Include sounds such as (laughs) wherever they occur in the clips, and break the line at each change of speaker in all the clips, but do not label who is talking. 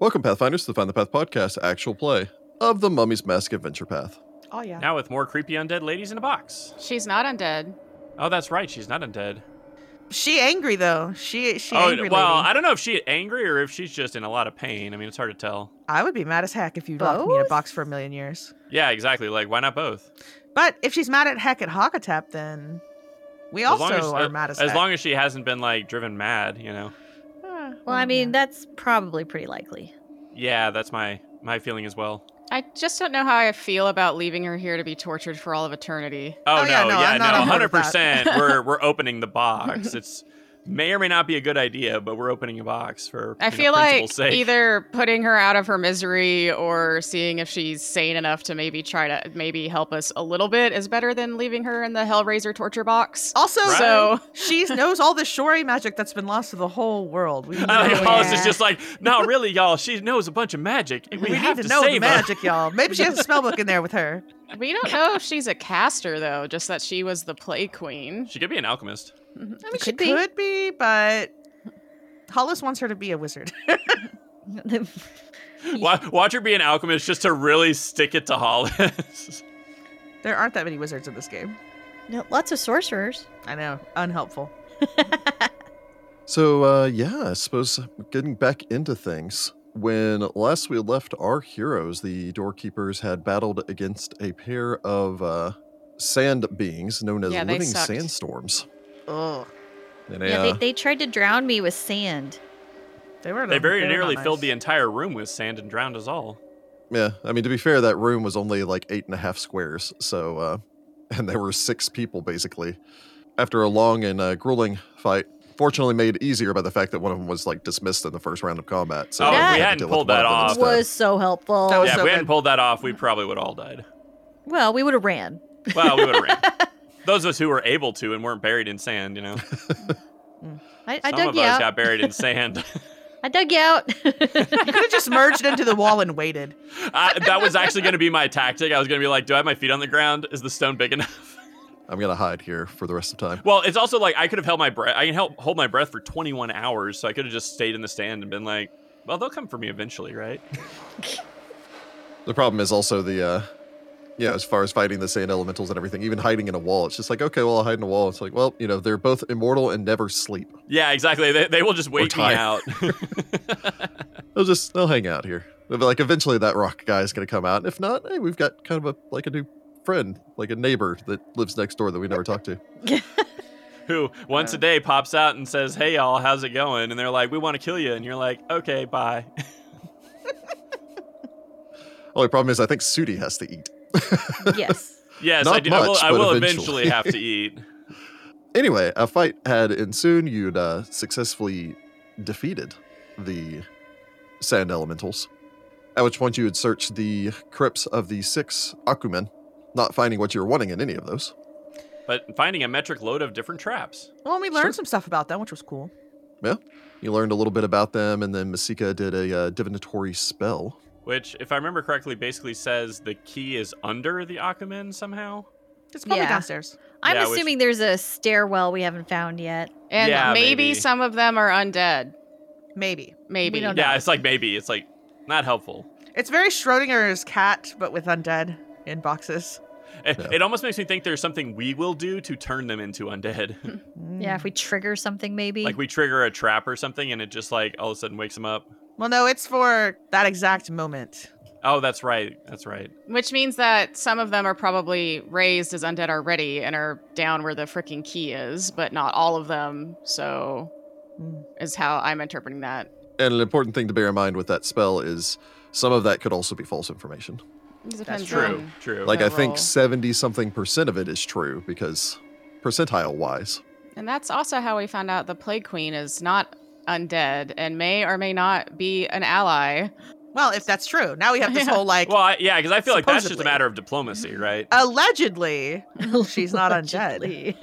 Welcome, Pathfinders, to the Find the Path podcast, actual play of the Mummy's Mask Adventure Path.
Oh yeah.
Now with more creepy undead ladies in a box.
She's not undead.
Oh, that's right. She's not undead.
She angry though. She she
oh,
angry.
well,
lady.
I don't know if she's angry or if she's just in a lot of pain. I mean, it's hard to tell.
I would be mad as heck if you locked me in a
Both?
box for a million years.
Yeah, exactly. Like, why not both?
But if she's mad at heck at Hakatep, then we
As
also
long as-
are
uh,
mad as,
As
heck. Ah,
long as she hasn't been like driven mad, you know.
Well, I mean, that's probably
(laughs)
pretty likely.
Yeah, that's my my feeling as well.
I just don't know how I feel about leaving her here to be tortured for all of eternity.
Oh,
Oh,
no,
yeah, no, I'm not on board
hundred
with that. (laughs)
percent. We're we're opening the box. It's may or may not be a good idea, but we're opening a box for.
I
you know,
feel like
principle's sake.
either putting her out of her misery or seeing if she's sane enough to maybe try to maybe help us a little bit is better than leaving her in the Hellraiser torture box.
also,
Right.
So
(laughs) she knows all the Shori magic that's been lost to the whole world. We need
(laughs) (laughs) I
to
like
know
Hollis
it.
is just like, no, really, y'all. She knows a bunch
(laughs)
of magic. We,
we,
have
need to,
to,
know the
save her.
magic, y'all. Maybe she has a spell book in there with
(laughs)
her.
we don't know if she's a caster though, just that she was the play queen.
She could be an alchemist.
I mean,
she could be, but Hollis wants her to be a wizard.
Wa- Watch her be an alchemist just to really stick it to
(laughs)
Hollis.
there aren't that many wizards in this game.
no, lots of sorcerers.
I know, unhelpful.
So, uh, yeah, I suppose getting back into things. When last we left our heroes, the doorkeepers had battled against a pair of uh, sand beings known as
Yeah, they
living
sucked.
sandstorms.
Ugh.
And
Yeah,
they,
they,
uh,
they tried to drown me with sand.
They were.
they very
were not
nearly
nice.
filled the entire room with sand and drowned us all.
yeah, I mean, to be fair, that room was only like eight and a half squares. So, uh, (laughs) and there were six people basically. After a long and uh, grueling fight, fortunately made easier by the fact that one of them was like dismissed in the first round of combat. So
Oh,
we had
we
to
hadn't
deal with
pulled
one of
that
them
off.
instead.
Was so helpful.
That was
yeah,
so
if we hadn't
good.
pulled that off, we probably would all died.
well, we would have ran.
Well, we would have ran.
(laughs)
Those of us who were able to and weren't buried in sand, you know. Some
I, I dug
of
you
us
out.
got buried in
(laughs)
sand.
I dug you out. (laughs)
You could have just merged into the wall and waited.
I, that was actually going to be my tactic. I was going to be like, do I have my feet on the ground? Is the stone big enough?
I'm gonna hide here for the rest of time.
Well, it's also like I could have held my breath. I can help hold my breath for 21 hours, so I could have just stayed in the stand and been like, well, they'll come for me eventually, right?
The problem is also the, uh, you know, as far as fighting the sand elementals and everything, even hiding in a wall, it's just like, okay, well, I'll hide in a wall. It's like, well, you know, they're both immortal and never sleep.
Yeah, exactly. They, they will just wait me
tired.
out.
They'll just, they'll hang out here. They'll be like, eventually that rock guy is going to come out. And if not, hey, we've got kind of a, like a new friend, like a neighbor that lives next door that we never talk to.
(laughs) Who once a day pops out and says, hey, y'all, how's it going? And they're like, we want to kill you. And you're like, okay, bye. (laughs)
Only problem is I think Sudi has to eat. (laughs)
(laughs)
yes.
yes, I
Not
do. I will,
much,
I
but
will
eventually.
eventually
(laughs)
have to eat.
Anyway, a fight had ensued. You'd uh, successfully defeated the sand elementals, at which point you had searched the crypts of the six Akumen, not finding what you were wanting in any of those.
But finding a metric load of different traps.
Well, we learned
Sure.
some stuff about them, which was cool.
You learned a little bit about them, and then Masika did a uh, divinatory spell.
Which, if I remember correctly, basically says the key is under the Akumen somehow.
It's probably
Yeah.
downstairs.
I'm
Yeah, I wish-
assuming there's a stairwell we haven't found yet.
And
Yeah,
maybe,
maybe.
some of them are undead.
Maybe.
Maybe.
don't
Yeah,
know.
it's like maybe. It's like not helpful.
It's very Schrodinger's cat, but with undead in boxes.
It,
Yeah.
it almost makes me think there's something we will do to turn them into undead. (laughs)
Mm.
Yeah, if we trigger something, maybe. (laughs)
like we trigger a trap or something and it just like all of a sudden wakes them up.
Well, no, it's for that exact moment.
Oh, that's right. That's right.
Which means that some of them are probably raised as undead already and are down where the freaking key is, but not all of them. So,
Mm.
is how I'm interpreting that.
And an important thing to bear in mind with that spell is some of that could also be false information.
It
That's
depends
True.
on-
True.
Like, I
Several.
think 70 something percent of it is true because percentile wise.
And that's also how we found out the Plague Queen is not undead and may or may not be an ally.
Well, if that's true, now we have (laughs) this
Yeah.
whole like
well, I, yeah, because I feel like that's just a
supposedly. Uh,
matter of diplomacy, right?
allegedly. She's not undead.
Allegedly.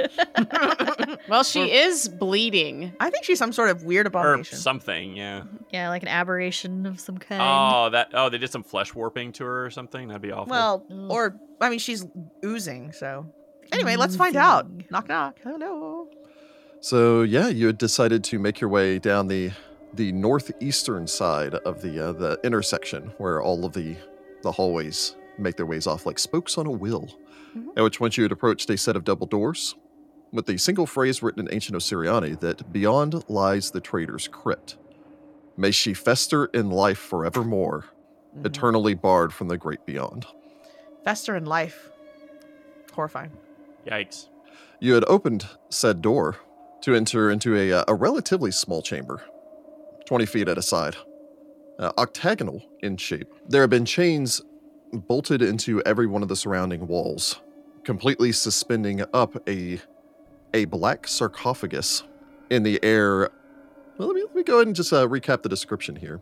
Well, she is bleeding.
I think she's some sort of weird
Or
abomination.
something, yeah.
(laughs) yeah, like an aberration of some kind.
Oh, that. Oh, they did some flesh warping to her or something. That'd be awful.
well,
Mm.
or I mean, she's oozing. So anyway, let's find out.
Oozing.
Knock knock. Hello.
So yeah, you had decided to make your way down the the northeastern side of the uh, the intersection where all of the the hallways make their ways off like spokes on a wheel.
Mhm.
At which point you had approached a set of double doors with the single phrase written in ancient Osiriani that beyond lies the traitor's crypt. May she fester in life forevermore,
Mhm.
eternally barred from the great beyond.
Fester in life. Horrifying.
Yikes.
You had opened said door to enter into a, uh, a relatively small chamber, 20 feet at a side, uh, octagonal in shape. There had been chains bolted into every one of the surrounding walls, completely suspending up a, a black sarcophagus in the air. Well, let, me, let me go ahead and just uh, recap the description here.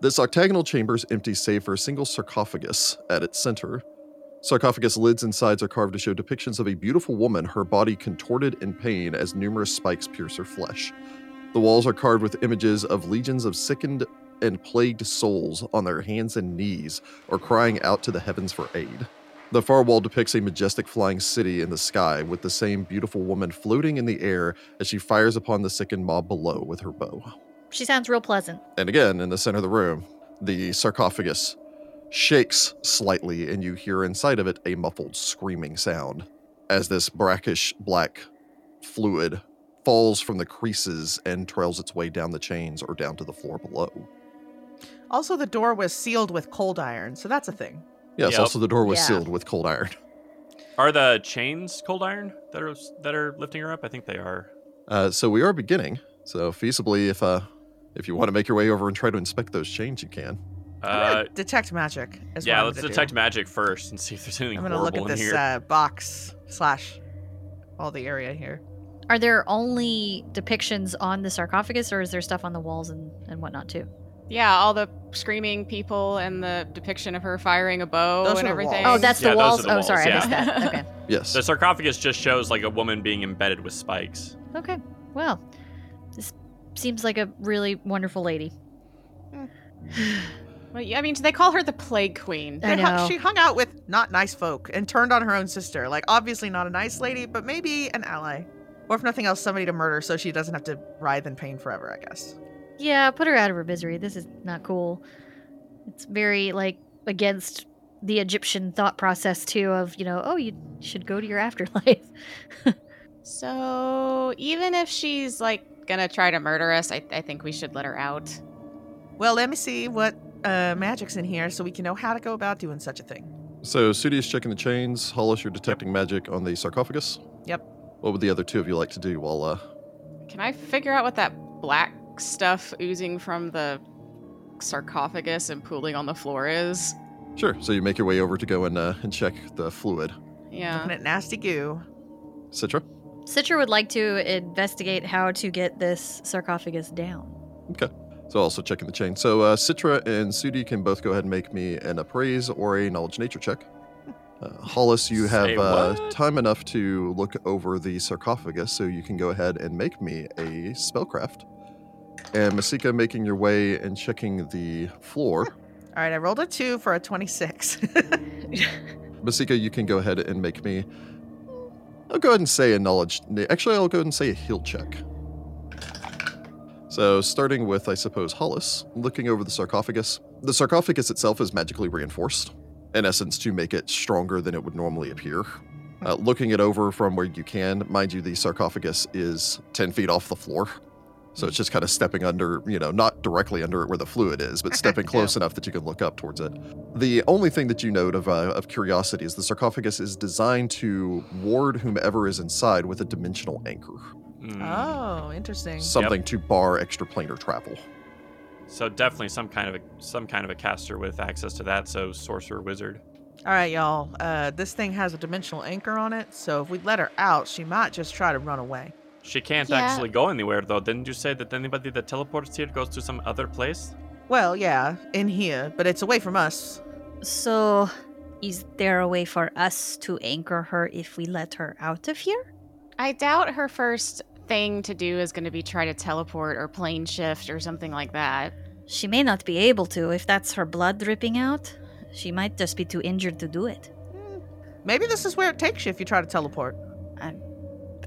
This octagonal chamber is empty save for a single sarcophagus at its center, Sarcophagus lids and sides are carved to show depictions of a beautiful woman, her body contorted in pain as numerous spikes pierce her flesh. The walls are carved with images of legions of sickened and plagued souls on their hands and knees or crying out to the heavens for aid. The far wall depicts a majestic flying city in the sky with the same beautiful woman floating in the air as she fires upon the sickened mob below with her bow.
She sounds real pleasant.
And again, in the center of the room, the sarcophagus shakes slightly, and you hear inside of it a muffled screaming sound as this brackish black fluid falls from the creases and trails its way down the chains or down to the floor below.
Also, the door was sealed with cold iron, so that's a thing.
Yes,
Yep.
also the door was
Yeah.
sealed with cold iron.
Are the chains cold iron that are that are lifting her up? I think they are.
Uh, so we are beginning. So feasibly, if uh, if you want to make your way over and try to inspect those chains, you can.
I'm
Uh,
gonna detect magic. Is
yeah,
what I'm
let's
gonna
detect
do.
magic first and see if there's anything
I'm gonna look
horrible
at
in
this
here.
uh, box slash all the area here.
Are there only depictions on the sarcophagus, or is there stuff on the walls and, and whatnot too?
Yeah, all the screaming people and the depiction of her firing a bow
Those are
and
the
everything.
Oh,
walls.
that's
Yeah,
the
those are
walls.
the
oh,
walls,
sorry,
yeah.
I missed
(laughs)
that. Okay.
Yes.
the sarcophagus just shows like a woman being embedded with spikes.
Okay. Well, this seems like a really wonderful lady.
Well, yeah, I mean, they call her the Plague Queen.
I
They hung-
know.
she hung out with not nice folk and turned on her own sister. Like, obviously not a nice lady, but maybe an ally. Or if nothing else, somebody to murder so she doesn't have to writhe in pain forever, I guess.
Yeah, put her out of her misery. This is not cool. It's very like against the Egyptian thought process too of, you know, oh, you should go to your afterlife. (laughs)
So even if she's like gonna try to murder us, I, I think we should let her out.
Well, let me see what uh, magic's in here so we can know how to go about doing such a thing.
So Sudi is checking the chains. Hollis, you're detecting magic on the sarcophagus.
Yep.
What would the other two of you like to do while uh,
Can I figure out what that black stuff oozing from the sarcophagus and pooling on the floor is?
Sure. So you make your way over to go and uh, and check the fluid,
Looking
Yeah.
at nasty goo.
Citra.
Citra would like to investigate how to get this sarcophagus down.
So also checking the chain. So uh, Citra and Sudi can both go ahead and make me an appraise or a knowledge nature check. Uh, Hollis, you have
Say
uh,
what?
time enough to look over the sarcophagus, so you can go ahead and make me a spellcraft. And Masika making your way and checking the floor.
All right, I rolled a two for a (laughs) 26.
Masika, you can go ahead and make me. I'll go ahead and say a knowledge. na- Actually, I'll go ahead and say a heal check. So, starting with, I suppose, Hollis, looking over the sarcophagus. The sarcophagus itself is magically reinforced, in essence, to make it stronger than it would normally appear. Uh, looking it over from where you can, mind you, the sarcophagus is 10 feet off the floor. So it's just kind of stepping under, you know, not directly under it where the fluid is, but stepping
Yeah.
close enough that you can look up towards it. The only thing that you note of, uh, of curiosity is the sarcophagus is designed to ward whomever is inside with a dimensional anchor,
Mm.
oh, interesting.
something to bar extraplanar travel.
So definitely some kind of a, some kind of a caster with access to that. So sorcerer wizard.
All right, y'all. Uh, this thing has a dimensional anchor on it, so if we let her out, she might just try to run away.
She can't
Yeah.
actually go anywhere though. Didn't you say that anybody that teleports here goes to some other place?
Well, yeah, in here, but it's away from us.
So, is there a way for us to anchor her if we let her out of here?
I doubt her first thing to do is gonna be try to teleport or plane shift or something like that.
She may not be able to if that's her blood dripping out. She might just be too injured to do it.
Hmm, Maybe this is where it takes you if you try to teleport.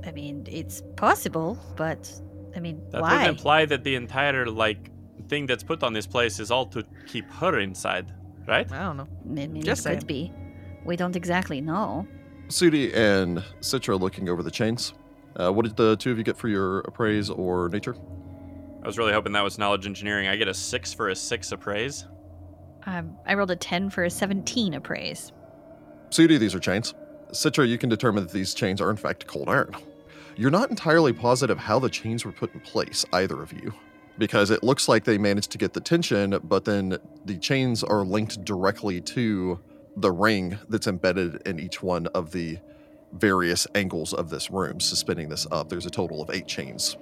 I mean, it's possible, but I mean,
That
why?
would imply that the entire like thing that's put on this place is all to keep her inside, right?
I don't know.
I mean,
Just
it could be. We don't exactly know.
Sudi and Citra looking over the chains. Uh, what did the two of you get for your appraise or nature?
I was really hoping that was knowledge engineering. I get a six for a six appraise.
Um, I rolled a 10 for a 17 appraise.
Sudi, these are chains. Citra, you can determine that these chains are in fact cold iron. You're not entirely positive how the chains were put in place, either of you, because it looks like they managed to get the tension, but then the chains are linked directly to the ring that's embedded in each one of the various angles of this room, suspending this up. There's a total of eight chains.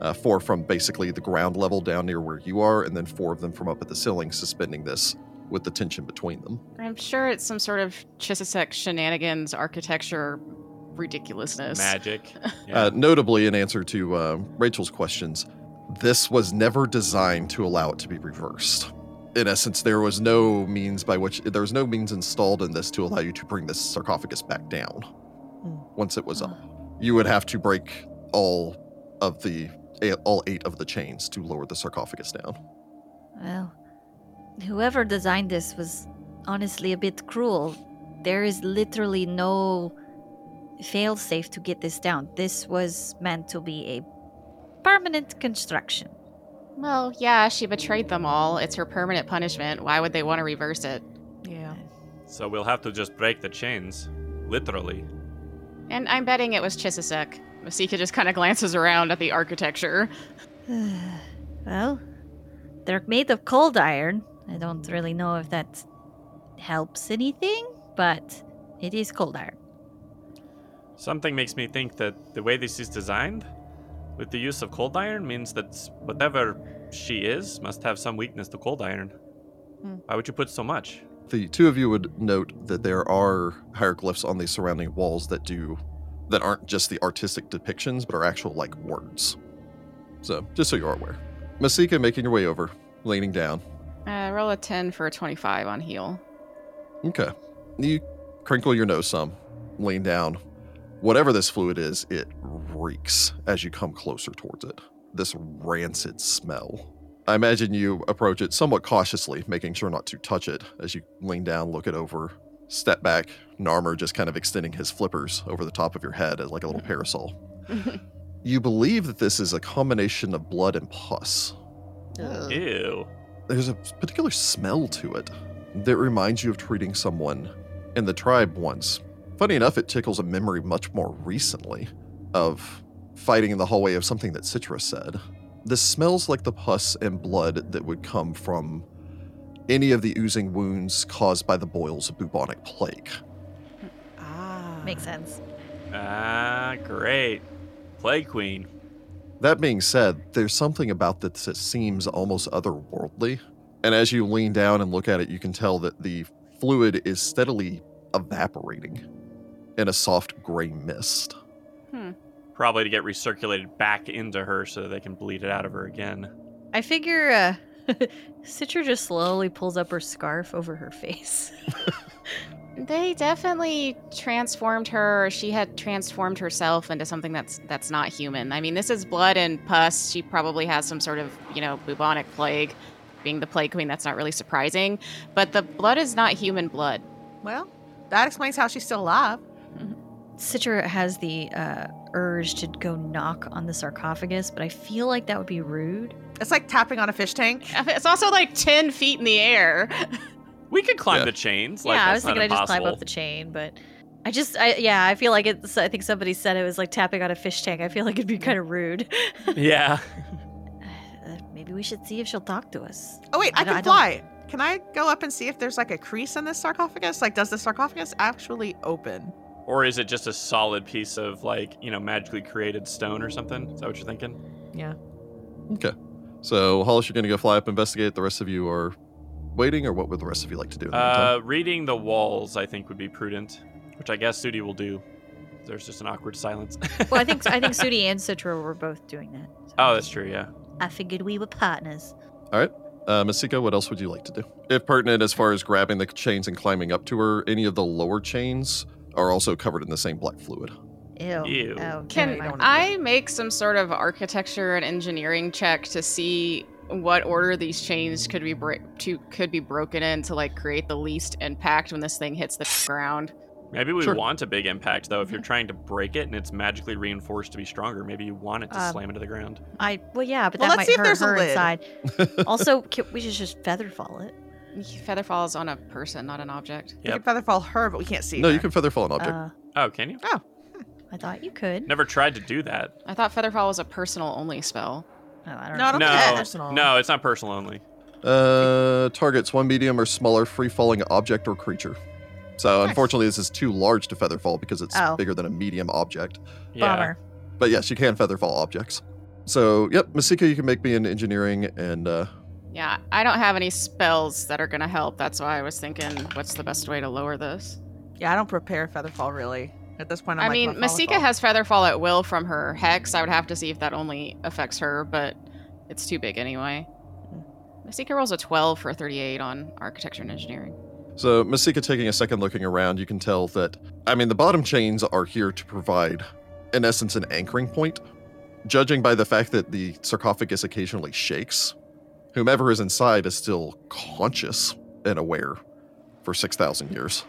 Uh, four from basically the ground level down near where you are, and then four of them from up at the ceiling, suspending this with the tension between them.
I'm sure it's some sort of Chisisek shenanigans architecture ridiculousness.
Magic.
Uh, notably, in answer to uh, Rachel's questions, this was never designed to allow it to be reversed. In essence, there was no means by which there was no means installed in this to allow you to bring this sarcophagus back down. Once it was up,
Ah. Oh,
you would have to break all of the eh, all eight of the chains to lower the sarcophagus down.
Well, whoever designed this was honestly a bit cruel. There is literally no failsafe to get this down. This was meant to be a permanent construction.
Well, yeah, she betrayed them all. It's her permanent punishment. Why would they want to reverse it?
Yeah.
so we'll have to just break the chains, literally.
And I'm betting it was Chisisek. Masika just kind of glances around at the architecture.
(sighs) well, they're made of cold iron. I don't really know if that helps anything, but it is cold iron.
Something makes me think that the way this is designed, with the use of cold iron, means that whatever she is must have some weakness to cold iron.
Hmm.
Why would you put so much?
The two of you would note that there are hieroglyphs on the surrounding walls that do that aren't just the artistic depictions, but are actual like words. So just so you're aware. Masika making your way over, leaning down.
Uh, roll a 10 for a 25 on heel.
Okay. You crinkle your nose some, lean down. Whatever this fluid is, it reeks as you come closer towards it. This rancid smell. I imagine you approach it somewhat cautiously, making sure not to touch it as you lean down, look it over, step back. Narmer just kind of extending his flippers over the top of your head as like a little parasol. you believe that this is a combination of blood and pus
Ew.
there's a particular smell to it that reminds you of treating someone in the tribe once. Funny enough, it tickles a memory much more recently of fighting in the hallway of something that Citra said. This smells like the pus and blood that would come from any of the oozing wounds caused by the boils of bubonic plague.
Ah.
Makes sense.
Ah, great. Plague Queen.
That being said, there's something about this that seems almost otherworldly. And as you lean down and look at it, you can tell that the fluid is steadily evaporating in a soft gray mist.
Probably to get recirculated back into her so that they can bleed it out of her again.
I figure uh, (laughs) Citra just slowly pulls up her scarf over her face. (laughs)
They definitely transformed her. She had transformed herself into something that's that's not human. I mean, this is blood and pus. She probably has some sort of, you know, bubonic plague. Being the plague queen, that's not really surprising. But the blood is not human blood.
Well, that explains how she's still alive.
Citra has the uh, urge to go knock on the sarcophagus, but I feel like that would be rude.
It's like tapping on a fish tank.
It's also like ten feet in the air.
We could climb
Yeah.
the chains. Like,
yeah, I was
that's not
thinking I just climb up
impossible.
the chain, but I just, I, yeah, I feel like it's. I think somebody said it was like tapping on a fish tank. I feel like it'd be kind of rude. (laughs)
(laughs)
(laughs)
Yeah.
Uh, maybe we should see if she'll talk to us.
Oh wait, I,
I don't-
can
I don't-
fly. Can I go up and see if there's like a crease in this sarcophagus? Like, does the sarcophagus actually open?
Or is it just a solid piece of like, you know, magically created stone or something? Is that what you're thinking?
Okay. So, Hollis, you're going to go fly up, investigate. The rest of you are waiting, or what would the rest of you like to do? in the meantime?
Uh, reading the walls, I think, would be prudent, which I guess Sudi will do. There's just an awkward silence.
Well, I think I
(laughs)
think Sudi and Citra were both doing that. so
oh, that's true. Yeah.
I figured we were partners.
Uh, Masika, what else would you like to do? If pertinent, as far as grabbing the chains and climbing up to her, any of the lower chains are also covered in the same black fluid.
Ew.
Ew.
Oh,
Can
never mind.
wanna do
I make some sort of architecture and engineering check to see what order these chains could be bro- to could be broken in to like create the least impact when this thing hits the ground.
Maybe we
Sure.
want a big impact, though. If you're trying to break it and it's magically reinforced to be stronger, maybe you want it to
Um,
slam into the ground.
I well, yeah, but
Well, let's
that might
see if
hurt
there's a
her
lid.
inside.
(laughs)
also, can, we should just feather fall it.
Feather falls on a person, not an object.
We
Yep.
can feather fall her, but we can't see.
no,
her.
you can feather fall an object.
Uh,
Oh, can you?
I thought you could.
Never tried to do that.
I thought feather fall was a personal only spell.
Oh, I don't
No, I
know.
don't think it's
No,
personal.
No, it's not personal only.
Uh, targets one medium or smaller free falling object or creature. So
Nice.
unfortunately, this is too large to feather fall because it's
Oh.
bigger than a medium object.
Yeah.
Bummer.
But yes, you can feather fall objects. So yep, Masika, you can make me an engineering and uh,
Yeah, I don't have any spells that are gonna help. That's why I was thinking, what's the best way to lower this?
Yeah, I don't prepare feather fall really. At this point, I'm
i
like,
mean,
well, fall is
Masika
fall.
has feather fall at will from her hex. I would have to see if that only affects her, but it's too big anyway. Masika rolls a 12 for a 38 on architecture and engineering.
So, Masika taking a second looking around, you can tell that, I mean, the bottom chains are here to provide, in essence, an anchoring point. Judging by the fact that the sarcophagus occasionally shakes, whomever is inside is still conscious and aware for 6,000 years.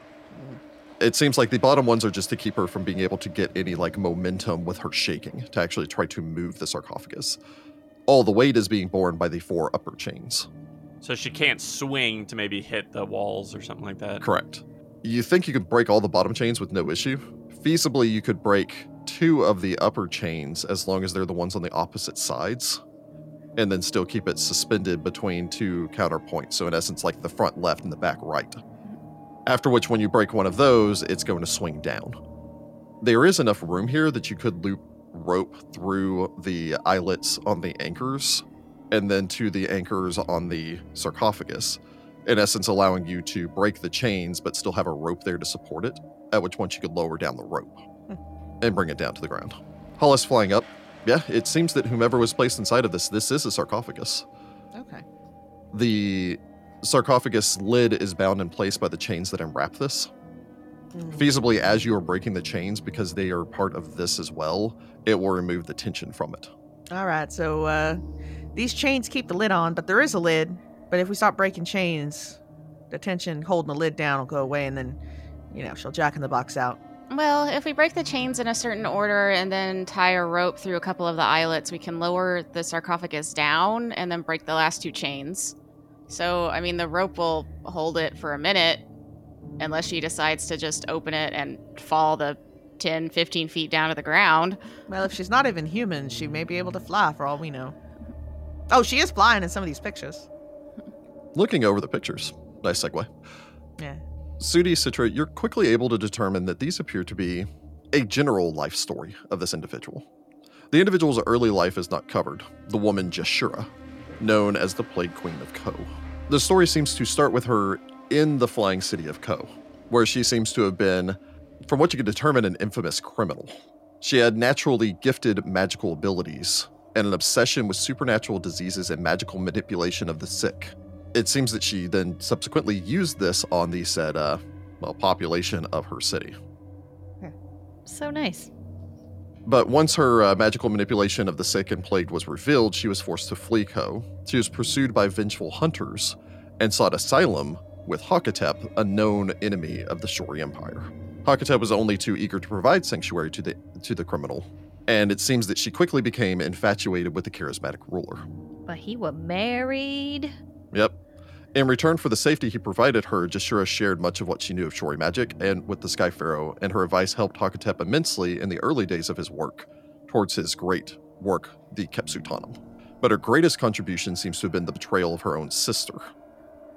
It seems like the bottom ones are just to keep her from being able to get any like momentum with her shaking to actually try to move the sarcophagus. All the weight is being borne by the four upper chains.
So she can't swing to maybe hit the walls or something like that.
Correct. You think you could break all the bottom chains with no issue? Feasibly, you could break two of the upper chains as long as they're the ones on the opposite sides, and then still keep it suspended between two counterpoints. So, in essence, like the front left and the back right. After which, when you break one of those, it's going to swing down. There is enough room here that you could loop rope through the eyelets on the anchors and then to the anchors on the sarcophagus in essence allowing you to break the chains but still have a rope there to support it at which point you could lower down the rope and bring it down to the ground hollis flying up yeah it seems that whomever was placed inside of this this is a sarcophagus
Okay.
the sarcophagus lid is bound in place by the chains that enwrap this feasibly as you are breaking the chains because they are part of this as well it will remove the tension from it
All right, so uh, these chains keep the lid on, but there is a lid. But if we stop breaking chains, the tension holding the lid down will go away, and then, you know, she'll jack in the box out.
Well, if we break the chains in a certain order and then tie a rope through a couple of the eyelets, we can lower the sarcophagus down and then break the last two chains. So, I mean, the rope will hold it for a minute unless she decides to just open it and fall the 10, 15 feet down to the ground.
Well, if she's not even human, she may be able to fly for all we know. Oh, she is flying in some of these pictures.
looking over the pictures nice segue
Yeah.
Sudi Citra, you're quickly able to determine that these appear to be a general life story of this individual. The individual's early life is not covered, the woman Jeshura, known as the Plague Queen of Ko. The story seems to start with her in the flying city of Ko, where she seems to have been, from what you can determine, an infamous criminal. She had naturally gifted magical abilities and an obsession with supernatural diseases and magical manipulation of the sick it seems that she then subsequently used this on the said uh, well, population of her city.
So nice.
But once her uh, magical manipulation of the sick and plague was revealed, she was forced to flee Ko. She was pursued by vengeful hunters and sought asylum with Hakatep, a known enemy of the Shori Empire. Hakatep was only too eager to provide sanctuary to the to the criminal, and it seems that she quickly became infatuated with the charismatic ruler.
But he was married.
Yep. In return for the safety he provided her, Jashura shared much of what she knew of Shori magic and with the Sky Pharaoh, and her advice helped Hakatep immensely in the early days of his work towards his great work, the Kepsutanum. But her greatest contribution seems to have been the betrayal of her own sister,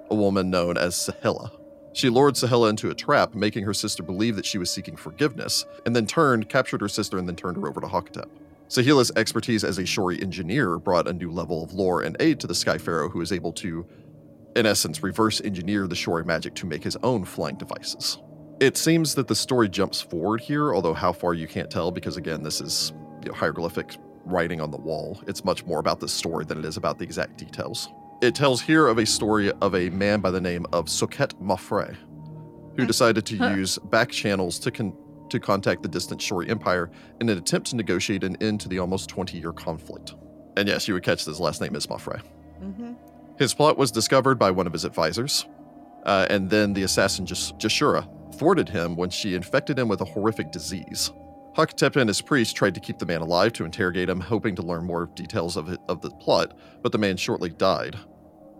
a woman known as Sahela. She lured Sahela into a trap, making her sister believe that she was seeking forgiveness, and then turned, captured her sister, and then turned her over to Hakatep. Sahela's expertise as a Shori engineer brought a new level of lore and aid to the Sky Pharaoh, who is able to, in essence, reverse engineer the Shori magic to make his own flying devices. It seems that the story jumps forward here, although how far you can't tell because, again, this is you know, hieroglyphic writing on the wall. It's much more about the story than it is about the exact details. It tells here of a story of a man by the name of Soket Mafre, who decided to
Huh.
use back channels to, con- to contact the distant Shori Empire in an attempt to negotiate an end to the almost 20 year conflict. And yes, you would catch this last name is Mafre.
Mm-hmm.
His plot was discovered by one of his advisors, uh, and then the assassin Jas- Jashura thwarted him when she infected him with a horrific disease. Hakhtep and his priest tried to keep the man alive to interrogate him, hoping to learn more details of, it, of the plot, but the man shortly died.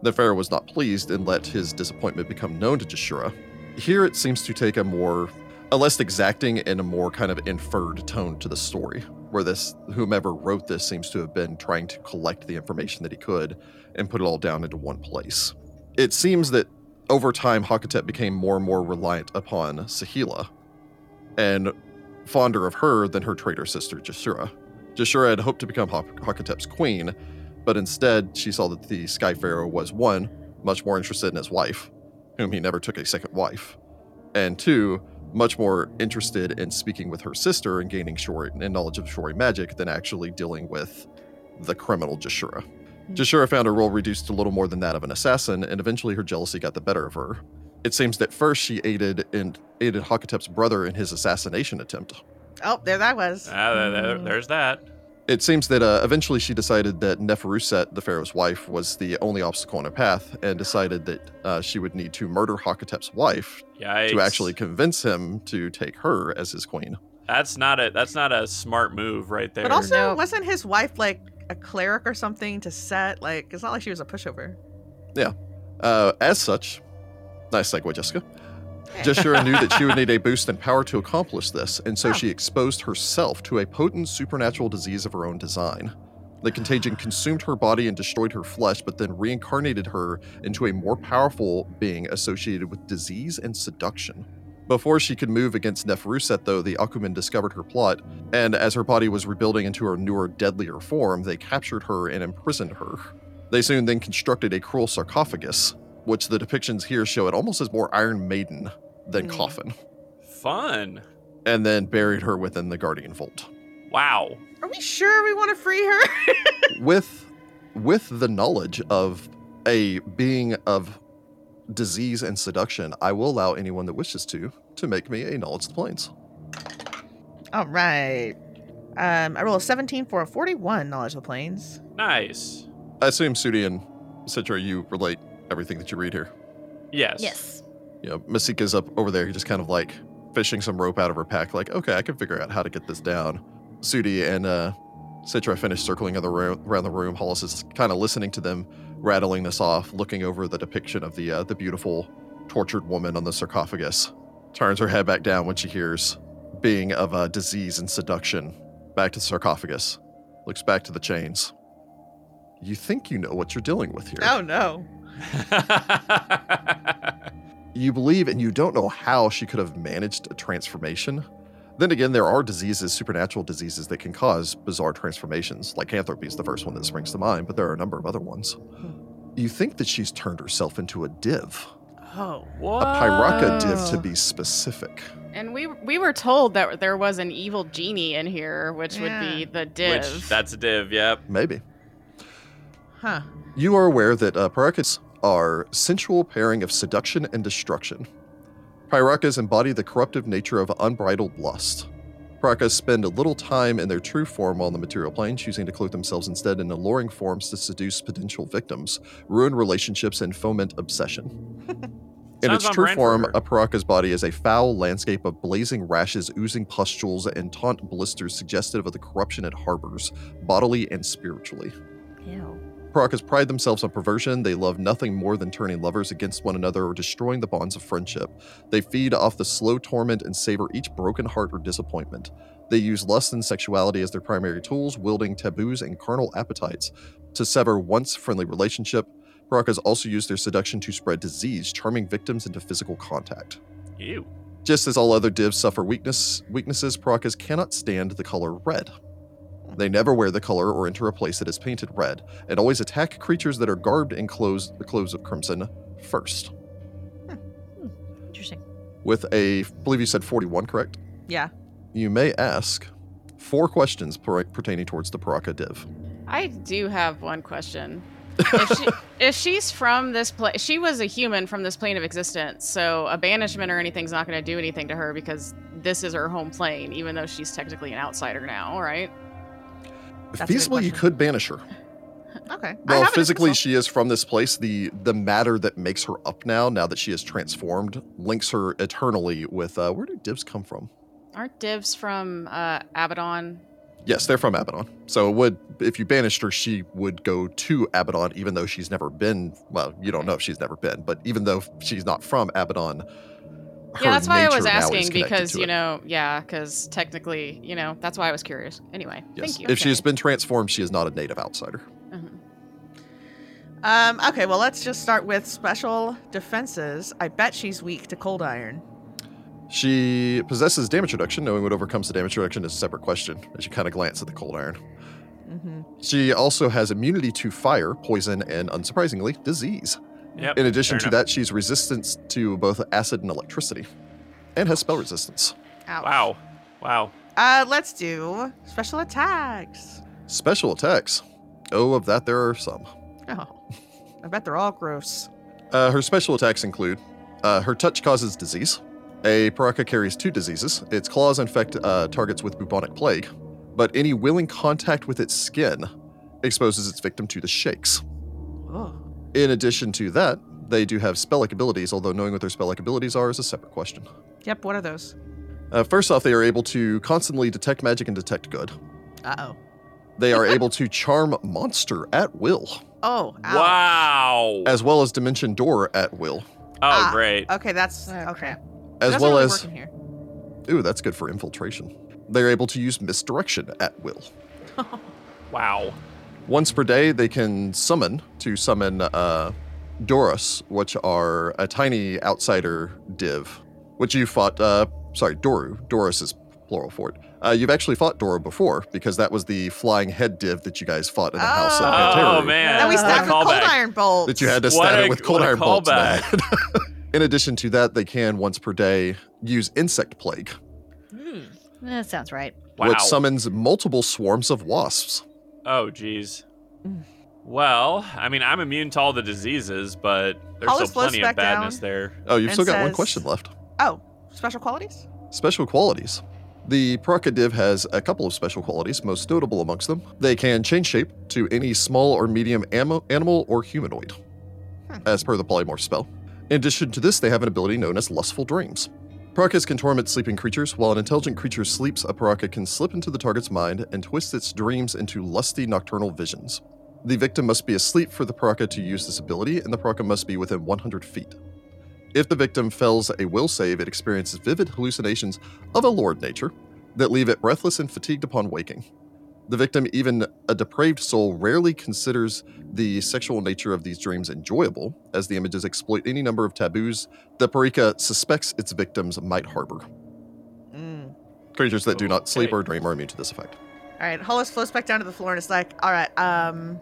The pharaoh was not pleased and let his disappointment become known to Jashura. Here it seems to take a more, a less exacting and a more kind of inferred tone to the story, where this whomever wrote this seems to have been trying to collect the information that he could and put it all down into one place. It seems that over time, Hakatep became more and more reliant upon Sahila and fonder of her than her traitor sister, Jasura. Jasura had hoped to become Hak- Hakatep's queen, but instead she saw that the Sky Pharaoh was one, much more interested in his wife, whom he never took a second wife, and two, much more interested in speaking with her sister and gaining Shori and knowledge of Shori magic than actually dealing with the criminal Jashura. Jashura found her role reduced to little more than that of an assassin, and eventually her jealousy got the better of her. It seems that first she aided in aided Hakatep's brother in his assassination attempt.
Oh, there that was.
Ah, there- there-
Mm.
there's that.
It seems that uh, eventually she decided that Neferuset, the pharaoh's wife, was the only obstacle in her path, and decided that uh, she would need to murder Hakatep's wife
Yikes.
to actually convince him to take her as his queen.
That's not a that's not a smart move right there.
But also,
Nope.
wasn't his wife like a cleric or something to set? Like, it's not like she was a pushover.
Uh, as such, nice segue, Jessica. Jeshura knew that she would need a boost in power to accomplish this, and so
Oh.
she exposed herself to a potent supernatural disease of her own design. The contagion consumed her body and destroyed her flesh, but then reincarnated her into a more powerful being associated with disease and seduction. Before she could move against Neferuset, though, the Akumen discovered her plot, and as her body was rebuilding into her newer, deadlier form, they captured her and imprisoned her. They soon then constructed a cruel sarcophagus, which the depictions here show it almost as more Iron Maiden than
Hmm.
coffin,
fun.
and then buried her within the Guardian Vault. (laughs)
Wow.
Are we sure we want to free her? (laughs)
with with the knowledge of a being of disease and seduction, I will allow anyone that wishes to to make me a knowledge of the planes.
All right. Um, I roll a 17 for a 41 knowledge of the planes.
Nice.
I assume Sudi and Citra, you relate everything that you read here.
Yes.
Yes.
You know, Masika's up over there, just kind of like fishing some rope out of her pack, like, okay, I can figure out how to get this down. Sudi and uh, Citra finish circling in the room, around the room. Hollis is kind of listening to them rattling this off, looking over the depiction of the uh, the beautiful tortured woman on the sarcophagus. Turns her head back down when she hears being of uh, disease and seduction. Back to the sarcophagus. Looks back to the chains. You think you know what you're dealing with here.
Oh, no.
you believe and you don't know how she could have managed a transformation. Then again, there are diseases, supernatural diseases, that can cause bizarre transformations. Lycanthropy is the first one that springs to mind, but there are a number of other ones. You think that she's turned herself into a div,
Oh.
a
what?
pyraka div to
Wow.
be specific.
And we we were told that there was an evil genie in here, which would be
Yeah.
the
(laughs)
div.
Which that's a div. Yep.
Maybe.
Huh.
You are aware that uh, pyrakas are sensual pairing of seduction and destruction. Pyrakas embody the corruptive nature of unbridled lust. Pyrakas spend little time in their true form on the material plane, choosing to clothe themselves instead in alluring forms to seduce potential victims, ruin relationships, and foment
(laughs)
obsession. In
Sounds
its
on
true
brand for
form,
her.
a Paraka's body is a foul landscape of blazing rashes, oozing pustules, and taunt blisters suggestive of the corruption it harbors, bodily and spiritually.
Ew.
Paracas pride themselves on perversion. They love nothing more than turning lovers against one another or destroying the bonds of friendship. They feed off the slow torment and savor each broken heart or disappointment. They use lust and sexuality as their primary tools, wielding taboos and carnal appetites to sever once friendly relationship. Paracas also use their seduction to spread disease, charming victims into physical contact.
Ew.
Just as all other divs suffer weakness weaknesses, Paracas cannot stand the color red. They never wear the color or enter a place that is painted red, and always attack creatures that are garbed in clothes the clothes of crimson first.
Interesting.
With a, I believe you said 41, correct?
Yeah.
You may ask four questions per- pertaining towards the Paraka div.
I do have
(laughs)
one question. if, she, if she's from this place, she was a human from this plane of existence, so a banishment or anything's not going to do anything to her because this is her home plane, even though she's technically an outsider now, right?
a good
Feasible, you
question.
could banish her.
Okay. I
Well,
have it as
physically,
myself.
she is from this place. The the matter that makes her up now, now that she is transformed, links her eternally with. Uh, where do dibs come from?
Aren't divs from uh, Abaddon?
Yes, they're from Abaddon. So it would, if you banished her, she would go to Abaddon, even though she's never been. Well, you don't know if she's never been, but even though she's not from Abaddon, her
yeah, that's why I
nature
was
now is
asking
connected
because
to
you
it.
know, yeah, because technically, you know, that's why I was curious. Anyway,
Yes.
thank you.
If she has been transformed, she is not a native outsider.
Mhm.
Um, okay, well, let's just start with special defenses. I bet she's weak to cold iron.
She possesses damage reduction. Knowing what overcomes the damage reduction is a separate question. As you kind of glance at the cold iron.
Mm-hmm.
She also has immunity to fire, poison, and unsurprisingly, disease.
Yep,
In addition
fair
to that, she's resistant to both acid and electricity, and has spell resistance.
Ouch.
Wow. Wow.
Uh, let's do special attacks.
Special attacks. Oh, of that there are some.
Oh, I bet they're all gross.
Uh, her special attacks include uh, her touch causes disease. A Paraka carries two diseases. Its claws infect uh, targets with bubonic plague, but any willing contact with its skin exposes its victim to the shakes.
Oh.
In addition to that, they do have spell-like abilities, although knowing what their spell-like abilities are is a separate question.
Yep, what are those?
Uh, first off, they are able to constantly detect magic and detect good.
Uh oh.
They are able to charm monster at will,
Oh, ow.
Wow.
as well as dimension door at will,
oh,
Ah.
great.
Okay, that's
Oh,
okay.
crap.
as
Doesn't
well
really
as
work in here.
ooh, that's good for infiltration. They are able to use misdirection at will.
Wow.
Once per day, they can summon to summon uh, Doris, which are a tiny outsider div, which you fought. Uh, sorry, Doru. Doris is plural for it. Uh, you've actually fought Doru before because that was the flying head div that you guys fought in the house of
Oh,
Oh
Pantera.
man.
Now we
Uh,
stack
What
with
a
cold
callback.
iron bolts.
that you had to
What
stab
a-
it with cold
what a
iron bolts. man. (laughs)
callback.
In addition to that, they can once per day use insect plague,
That sounds right.
Wow.
which summons multiple swarms of wasps.
oh jeez.
Mm.
Well, I mean, I'm immune to all the diseases, but there's
All
still
this flows
plenty of
back down.
badness there.
Oh, you've
And
still got one
says-
question left.
Oh, special qualities?
Special qualities. The Paraka Div has a couple of special qualities, most notable amongst them. They can change shape to any small or medium am- animal or humanoid,
Hmm.
as per the Polymorph spell. In addition to this, they have an ability known as Lustful Dreams. Parakas can torment sleeping creatures. While an intelligent creature sleeps, a Paraka can slip into the target's mind and twist its dreams into lusty nocturnal visions. The victim must be asleep for the Paraka to use this ability, and the Paraka must be within 100 feet. If the victim fails a will save, it experiences vivid hallucinations of a lord nature that leave it breathless and fatigued upon waking. The victim, even a depraved soul, rarely considers the sexual nature of these dreams enjoyable, as the images exploit any number of taboos the Parika suspects its victims might harbor.
Mm.
Creatures that do not sleep
Okay.
or dream are immune to this effect.
All right, Hollis floats back down to the floor and it's like, all right, um,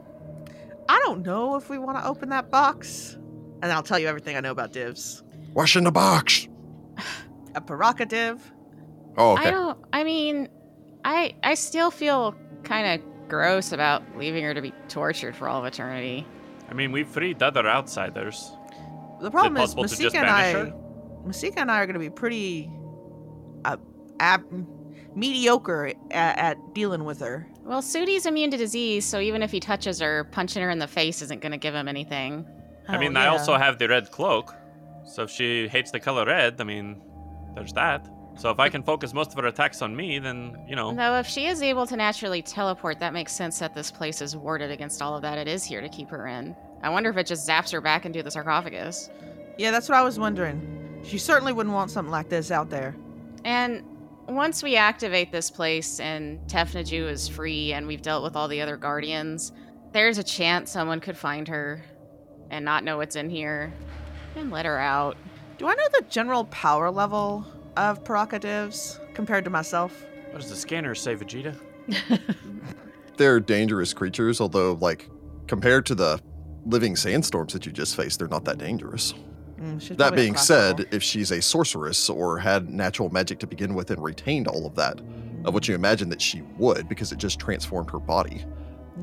I don't know if we want to open that box. And I'll tell you everything I know about divs.
Wash in the box!
A Paraka div.
Oh,
I
okay.
don't. I mean, I I still feel kind of gross about leaving her to be tortured for all of eternity.
I mean, we freed other outsiders.
The problem
is
is,
it possible to
Masika
just
and
banish
I,
her?
Masika and I are going to be pretty uh, ab- mediocre at, at dealing with her.
Well, Sudi's immune to disease, so even if he touches her, punching her in the face isn't going to give him anything.
I
Oh,
mean, I
yeah.
also have the red cloak, so if she hates the color red, I mean, there's that. So if I can focus most of her attacks on me, then you know.
Though, if she is able to naturally teleport, that makes sense that this place is warded against all of that. It is here to keep her in. I wonder if it just zaps her back into the sarcophagus.
Yeah, that's what I was wondering. She certainly wouldn't want something like this out there.
And once we activate this place and Tefnaju is free and we've dealt with all the other guardians, there's a chance someone could find her and not know what's in here and let her out.
Do I know the general power level of Paraka divs compared to myself?
What does the scanner say, Vegeta?
They're dangerous creatures, although, like, compared to the living sandstorms that you just faced, they're not that dangerous.
Mm, she's
That
probably at
being
class
said,
level.
if she's a sorceress or had natural magic to begin with and retained all of that, of which you imagine that she would because it just transformed her body,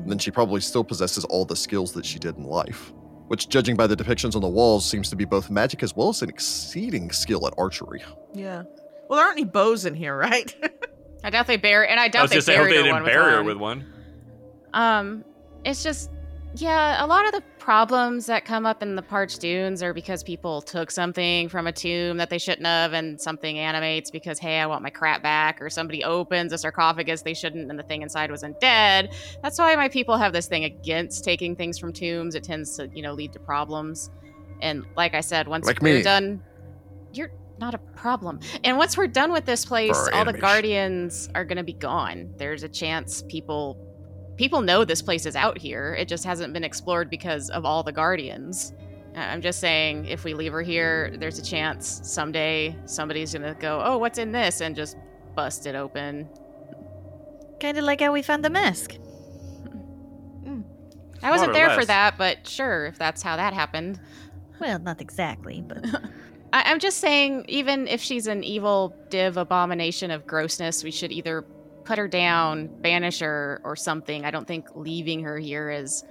then she probably still possesses all the skills that she did in life. Which, judging by the depictions on the walls, seems to be both magic as well as an exceeding skill at archery.
yeah. Well, there aren't any bows in here, (laughs) right?
I doubt they bury, and I
I
doubt
was
they
just saying, I hope
buried
they
her
didn't
one
bury her
one.
with one.
Um, it's just Yeah, a lot of the problems that come up in the parched dunes are because people took something from a tomb that they shouldn't have, and something animates because, hey, I want my crap back, or somebody opens a sarcophagus they shouldn't, and the thing inside wasn't dead. That's why my people have this thing against taking things from tombs. It tends to, you know, lead to problems. And like I said, once
Like
we're
me.
done, you're not a problem. And once we're done with this place,
For our
all the
enemies.
guardians are going to be gone. There's a chance people people know this place is out here. It just hasn't been explored because of all the guardians. I- I'm just saying, if we leave her here, there's a chance someday somebody's gonna go, "Oh, what's in this?" and just bust it open.
Kind of like how we found the mask.
I
More
wasn't
or
there for
less.
that, but sure, if that's how that happened.
Well, not exactly, but
I- I'm just saying, even if she's an evil div abomination of grossness, we should either put her down, banish her, or something. I don't think leaving her here is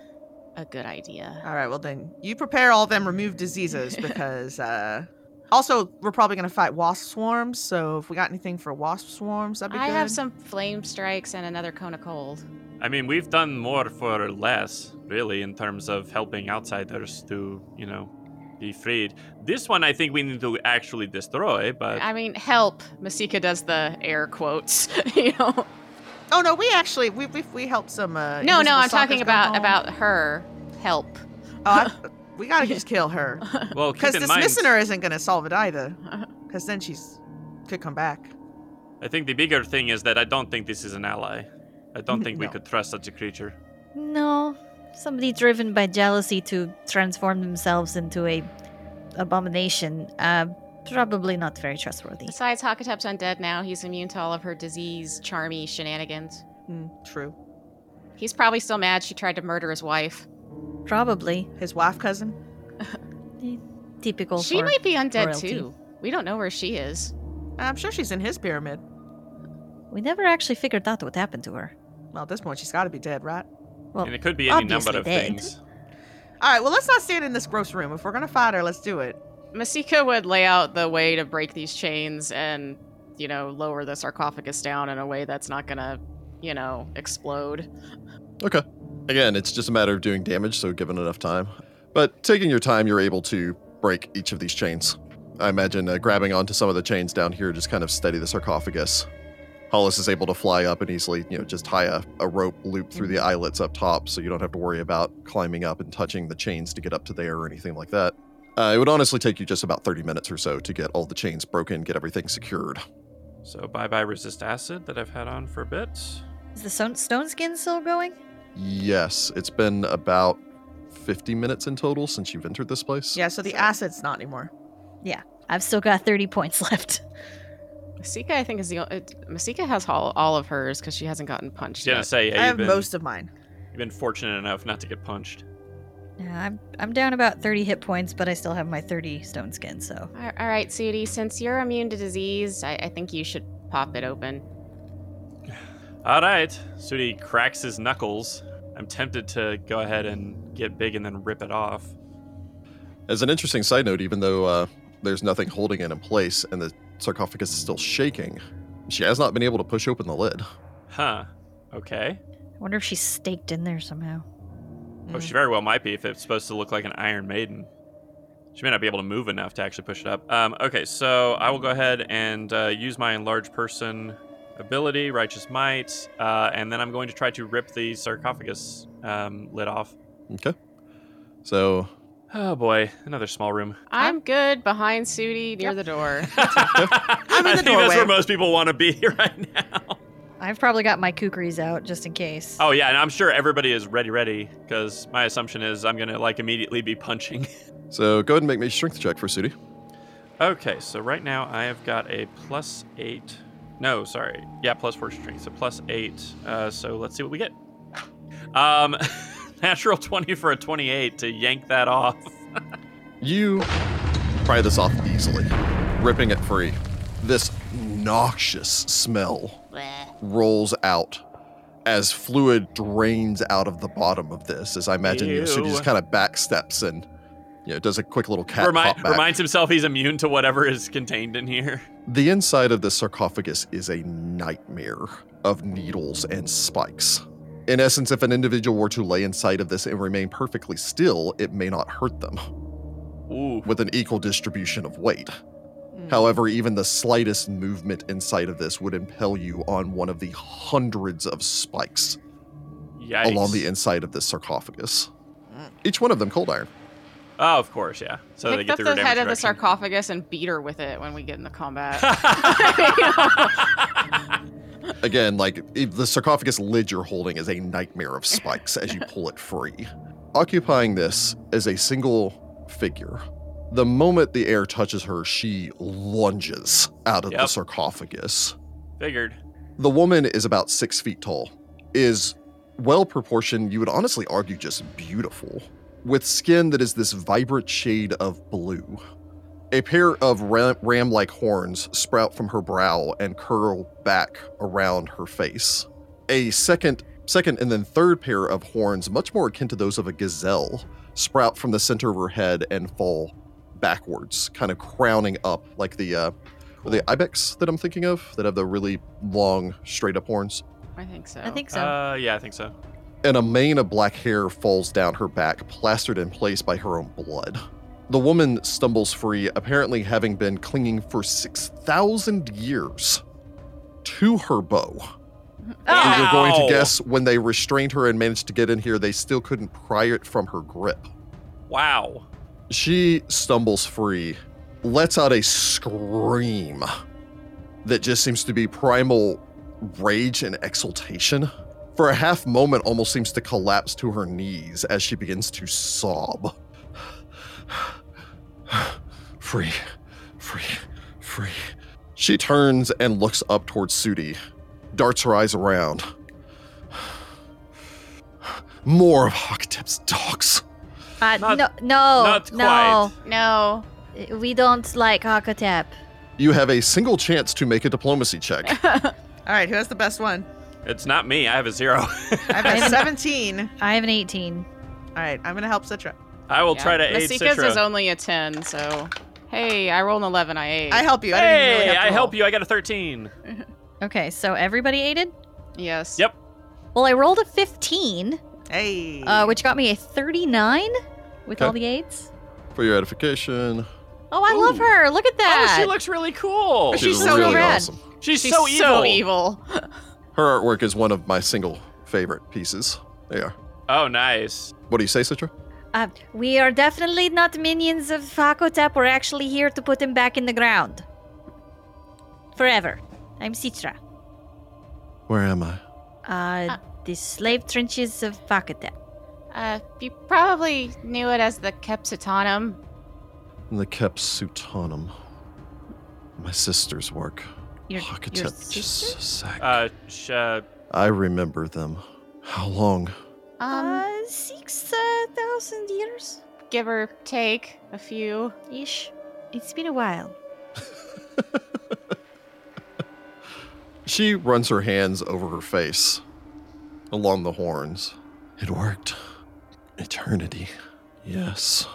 a good idea.
All right, well then you prepare all them remove
(laughs)
diseases because uh also we're probably gonna fight wasp swarms. So if we got anything for wasp swarms, that'd be
I
good.
have some flame strikes and another cone of cold.
I mean, we've done more for less, really, in terms of helping outsiders to, you know, be freed. This one, I think we need to actually destroy, but
Uh,
I mean, help. Masika does the air quotes. (laughs) you know.
Oh no, we actually we we, we helped some. Uh,
No,
invisible
no, I'm
stalkers
talking
go
about
home.
about her help.
Oh,
(laughs)
I- we gotta just kill her
well, keep
because
in
dismissing
mind,
her isn't gonna solve it
(laughs)
either. Because then she's could come back.
I think the bigger thing is that I don't think this is an ally. I don't think we
No.
could trust such a creature.
no. Somebody driven by jealousy to transform themselves into a abomination. Uh, probably not very trustworthy.
Besides, Hakatep's undead now. He's immune to all of her disease, charmy shenanigans.
Mm, true.
He's probably still mad she tried to murder his wife.
Probably
His wife cousin.
typical.
she
for-
might be undead
royalty.
too. We don't know where she is.
I'm sure she's in his pyramid.
We never actually figured out what happened to her.
Well, at this point, she's got to be dead, right?
Well,
and it could be any number
obviously
of
dead.
things.
All right. Well, let's not stand in this gross room. If we're gonna fight her, let's do it.
Masika would lay out the way to break these chains and, you know, lower the sarcophagus down in a way that's not gonna, you know, explode.
Okay. Again, it's just a matter of doing damage, so given enough time. But taking your time, you're able to break each of these chains. I imagine uh, grabbing onto some of the chains down here just kind of steady the sarcophagus. Hollis is able to fly up and easily, you know, just tie a, a rope loop through the eyelets up top so you don't have to worry about climbing up and touching the chains to get up to there or anything like that. Uh, it would honestly take you just about 30 minutes or so to get all the chains broken, get everything secured.
So bye bye resist acid that I've had on for a bit.
is the stone, stone skin still going?
Yes, it's been about 50 minutes in total since you've entered this place.
Yeah. So the acid's not anymore.
I've still got 30 points (laughs) left.
Masika, I think, is the o- it, Masika has all, all of hers because she hasn't gotten punched
Just gonna
yet.
say, yeah,
I
you've
have
been,
most of mine.
you've been fortunate enough not to get punched.
Yeah, I'm I'm down about 30 hit points, but I still have my 30 stone skin, so
All all right, Sudie, since you're immune to disease, I, I think you should pop it open.
All right, Sudi cracks his knuckles. I'm tempted to go ahead and get big and then rip it off.
As an interesting side note, even though uh, there's nothing holding it in place and the sarcophagus is still shaking, she has not been able to push open the lid.
Huh. Okay.
I wonder if she's staked in there somehow.
Oh,
Mm.
she very well might be if it's supposed to look like an Iron Maiden. She may not be able to move enough to actually push it up. Um, okay, so I will go ahead and uh, use my enlarged person ability, Righteous Might, uh, and then I'm going to try to rip the sarcophagus um, lid off.
Okay. So,
Oh boy, another
(laughs)
small room. (laughs)
I'm good behind Sudie near the
(laughs)
I'm
door.
in the
I think that's
doorway.
where most people want to be (laughs) right now.
I've probably got my kukris out just in case.
Oh yeah, and I'm sure everybody is ready, ready, because my assumption is I'm gonna like immediately be punching.
so go ahead and make me a strength check for Sudi.
Okay, so right now I have got a plus eight. No, sorry. Yeah, plus four strength. So plus eight. Uh, so let's see what we get. Um, (laughs) natural 20 for a 28 to yank that off.
You pry this off easily, ripping it free. This noxious smell rolls out as fluid drains out of the bottom of this. As I imagine, you know, Sudi
Ew.
just kind of backsteps and you know does a quick little cat
Remi-
hop back.
reminds himself he's immune to whatever is contained in here.
The inside of the sarcophagus is a nightmare of needles and spikes. In essence, if an individual were to lay in sight of this and remain perfectly still, it may not hurt them
Ooh.
with an equal distribution of weight.
Mm.
However, even the slightest movement inside of this would impel you on one of the hundreds of spikes
Yikes.
along the inside of this sarcophagus.
Mm.
Each one of them cold iron.
Oh, of course, yeah. So they
Pick
get
up
the
the head of the
sarcophagus.
sarcophagus and beat her with it when we get into combat.
(laughs)
Again, like i- the sarcophagus lid you're holding is a nightmare of spikes as you pull it free. Occupying this is a single figure. The moment the air touches her, she lunges out of the
Yep.
sarcophagus.
Figured.
The woman is about six feet tall, is well proportioned, you would honestly argue just beautiful, with skin that is this vibrant shade of blue. A pair of ram like horns sprout from her brow and curl back around her face. A second, second, and then third pair of horns, much more akin to those of a gazelle, sprout from the center of her head and fall backwards, kind of crowning up like the uh, the ibex that I'm thinking of that have the really long, straight up horns.
I think so.
I think so.
Uh, yeah, I think so.
and a mane of black hair falls down her back, plastered in place by her own blood. The woman stumbles free, apparently having been clinging for 6,000 years to her bow.
Oh.
We were going to
Ow!
guess when they restrained her and managed to get in here, they still couldn't pry it from her grip.
Wow.
She stumbles free, lets out a scream that just seems to be primal rage and exultation. For a half moment, almost seems to collapse to her knees as she begins to sob. (sighs) Free, free, free. She turns and looks up towards Sudi, darts her eyes around. (sighs) More of Hocktip's dogs.
Uh,
Not-
no, no,
Not quite.
no. Uh,
No. (laughs)
We don't like Hakatep.
You have a single chance to make a diplomacy check.
Eh.
All right, who has the best one?
It's not me. I have a zero. (laughs)
(laughs) I've got 17.
I have an 18.
All right, I'm going to help Citra.
I will
Yeah.
try to aid
Masika's
Citra.
was only a 10, so. Hey, I rolled an 11. I ate.
I help you. I didn't
hey,
really have to
I help
roll.
you. I got a 13.
Okay, so everybody aided?
Yes.
Yep.
Well, I rolled a 15,
Hey.
uh, which got me a 39 with
Okay.
all the aids.
For your edification,
Oh, I love
Ooh.
her. Look at
Oh,
that.
she looks really cool.
She's She- so
really
rad.
awesome.
she's
She's
so evil.
Her artwork is one of my single favorite pieces. They are.
Oh, nice.
What do you say, Citra?
Uh, we are definitely not minions of Hakotep. We're actually here to put him back in the ground. Forever. I'm Citra.
Where am I?
Uh, the slave trenches of Hakotep.
Uh, you probably knew it as the Um, Kepsitanum.
In the Kepsutanum. My sister's work.
Your, your
Hakatep
sister?
Sack.
Uh, sh- uh,
I remember them. How long?
Um,
uh, 6,000 years?
give or take a few.
Ish. It's been a while.
She runs her hands over her face along the horns. It worked. Eternity. Yes.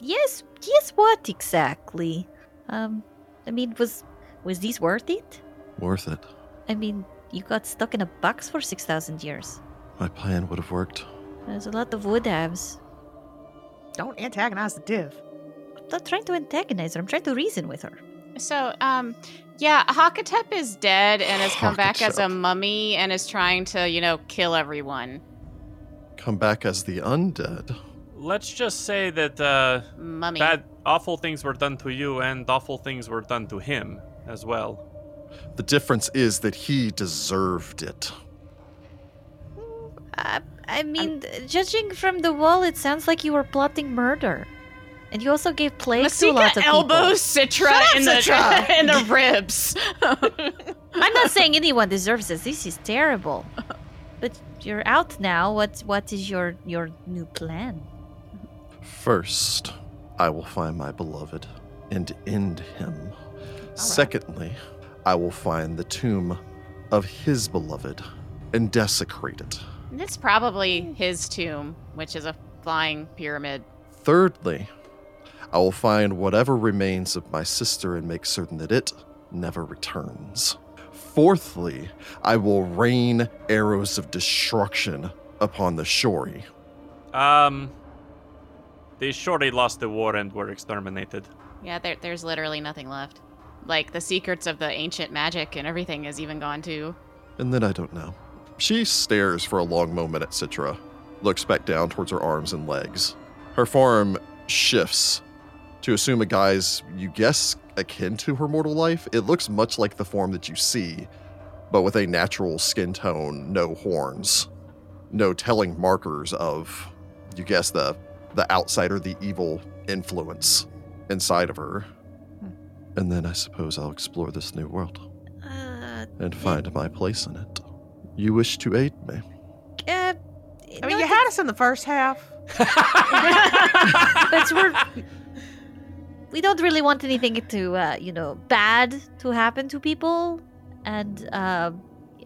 Yes, yes, what exactly? Um, I mean, was was this worth it?
Worth it.
I mean, you got stuck in a box for 6,000 years.
My plan would have worked.
There's a lot of wood halves.
Don't antagonize the div.
I'm not trying to antagonize her, I'm trying to reason with her.
So, um, yeah, Hakatep is dead and has come back as a
Hakatep.
mummy and is trying to, you know, kill everyone.
Come back as the undead.
let's just say that uh,
Mummy.
bad, awful things were done to you, and awful things were done to him as well.
The difference is that he deserved it.
Uh, I mean, judging from the wall, it sounds like you were plotting murder. And you also gave plague to a lot
Masika
of
elbows
people.
Citra,
Shut up,
in, the,
Citra!
(laughs) in the ribs.
I'm
(laughs)
not saying anyone deserves this. This is terrible. But you're out now. What what is your your new plan?
First, I will find my beloved and end him. Secondly, I will find the tomb of his beloved and desecrate it.
It's probably his tomb, which is a flying pyramid.
Thirdly, I will find whatever remains of my sister and make certain that it never returns. Fourthly, I will rain arrows of destruction upon the Shori.
Um, they surely lost the war and were exterminated. (laughs)
Yeah, there, there's literally nothing left. Like the secrets of the ancient magic and everything is even gone too.
And then I don't know. She stares for a long moment at Citra, looks back down towards her arms and legs. Her form shifts to assume a guise you guess akin to her mortal life. It looks much like the form that you see, but with a natural skin tone, no horns, no telling markers of you guess the the outsider, the evil influence inside of her. And then I suppose I'll explore this new world
Uh,
and find my place in it. You wish to aid me?
uh,
I
no,
mean, you had us in the first half.
but we're we don't really want anything to uh, you know bad to happen to people and uh,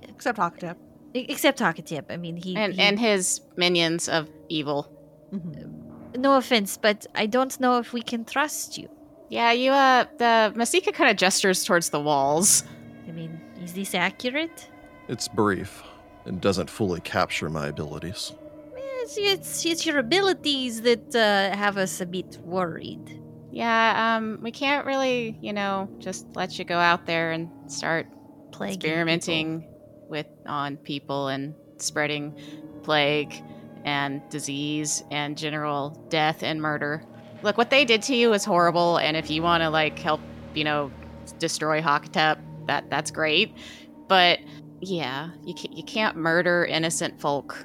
Except Hocktip.
e- except Hakatip. I mean he,
And
he-
and his minions of evil.
Mm-hmm.
no offense but I don't know if we can trust you
Yeah, you uh the Masika kind of gestures towards the walls.
I mean is this accurate
It's brief and doesn't fully capture my abilities.
Eh, it's, it's, it's your abilities that uh, have us a bit worried
Yeah, um we can't really, you know, just let you go out there and start
Plaguing people.
experimenting with on people and spreading plague and disease and general death and murder. Look, what they did to you is horrible, and if you want to like help, you know, destroy Hakatep, that that's great. But yeah, you can't, you can't murder innocent folk.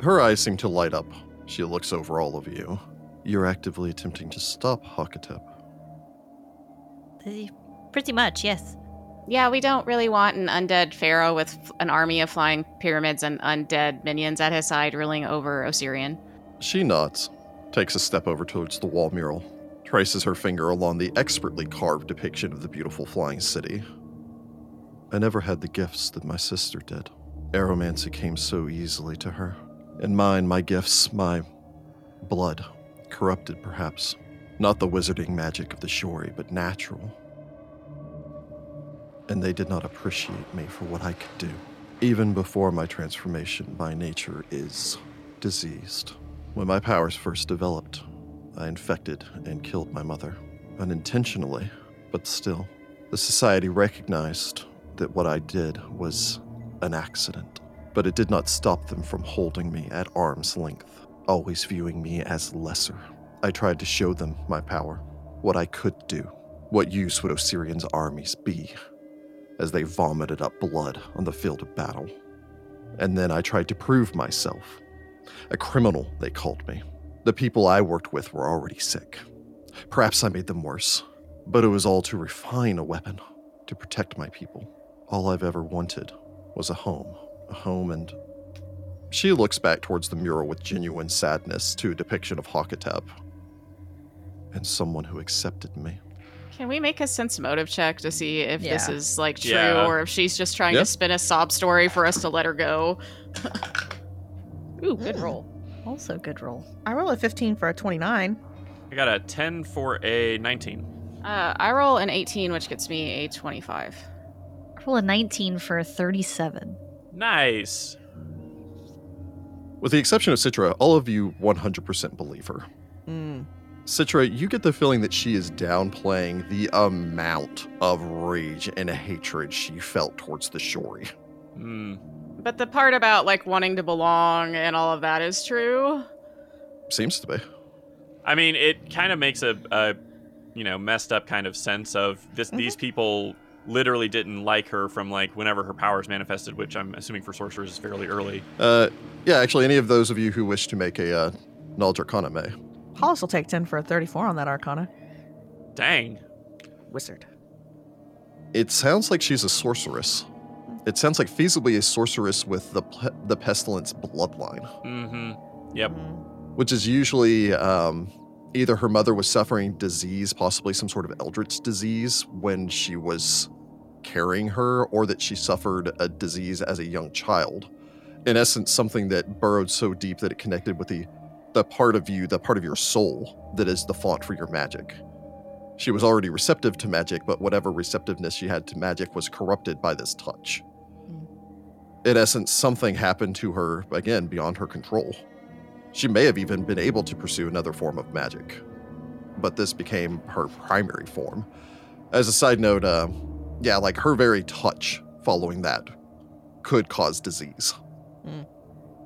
Her eyes seem to light up. She looks over all of you. You're actively attempting to stop Hakatep.
Uh, pretty much yes
Yeah, we don't really want an undead pharaoh with f- an army of flying pyramids and undead minions at his side ruling over Osirian.
She nods, takes a step over towards the wall mural, traces her finger along the expertly carved depiction of the beautiful flying city. I never had the gifts that my sister did. Aromancy came so easily to her. And mine, my gifts, my blood, corrupted perhaps. Not the wizarding magic of the Shori, but natural. And they did not appreciate me for what I could do. Even before my transformation, my nature is diseased. When my powers first developed, I infected and killed my mother. Unintentionally, but still, the society recognized that what I did was an accident. But it did not stop them from holding me at arm's length, always viewing me as lesser. I tried to show them my power, what I could do. What use would Osirian's armies be as they vomited up blood on the field of battle? And then I tried to prove myself a criminal, they called me. The people I worked with were already sick. Perhaps I made them worse, but it was all to refine a weapon, to protect my people. All I've ever wanted was a home. A home and. She looks back towards the mural with genuine sadness to a depiction of Hakatep and someone who accepted me.
Can we make a sense motive check to see if this
Yeah.
is like true
Yeah.
or if she's just trying
Yeah.
to spin a sob story for us to let her go? Ooh, good
Mm.
roll.
also good roll
I roll a 15 for a 29.
I got a 10 for a 19.
Uh, I roll an 18, which gets me a 25.
roll a 19 for a 37
Nice.
With the exception of Citra, all of you 100% believe her.
Mm.
Citra, you get the feeling that she is downplaying the amount of rage and hatred she felt towards the Shori.
Hmm.
But the part about like wanting to belong and all of that is true.
Seems to be.
I mean, it kind of makes a, a, you know, messed up kind of sense of this. These people literally didn't like her from like whenever her powers manifested, which I'm assuming for sorcerers is fairly early.
Uh, yeah, actually, any of those of you who wish to make a uh, knowledge arcana may.
Hollis will take 10 for a 34 on that Arcana.
Dang.
Wizard.
It sounds like she's a sorceress. It sounds like feasibly a sorceress with the pe- the pestilence bloodline,
Mm-hmm. Yep.
Mm.
which is usually um, either her mother was suffering disease, possibly some sort of eldritch disease, when she was carrying her, or that she suffered a disease as a young child. In essence, something that burrowed so deep that it connected with the the part of you, the part of your soul that is the font for your magic. She was already receptive to magic, but whatever receptiveness she had to magic was corrupted by this touch.
Mm.
In essence, something happened to her, again, beyond her control. She may have even been able to pursue another form of magic, but this became her primary form. As a side note, uh, yeah, like her very touch following that could cause disease,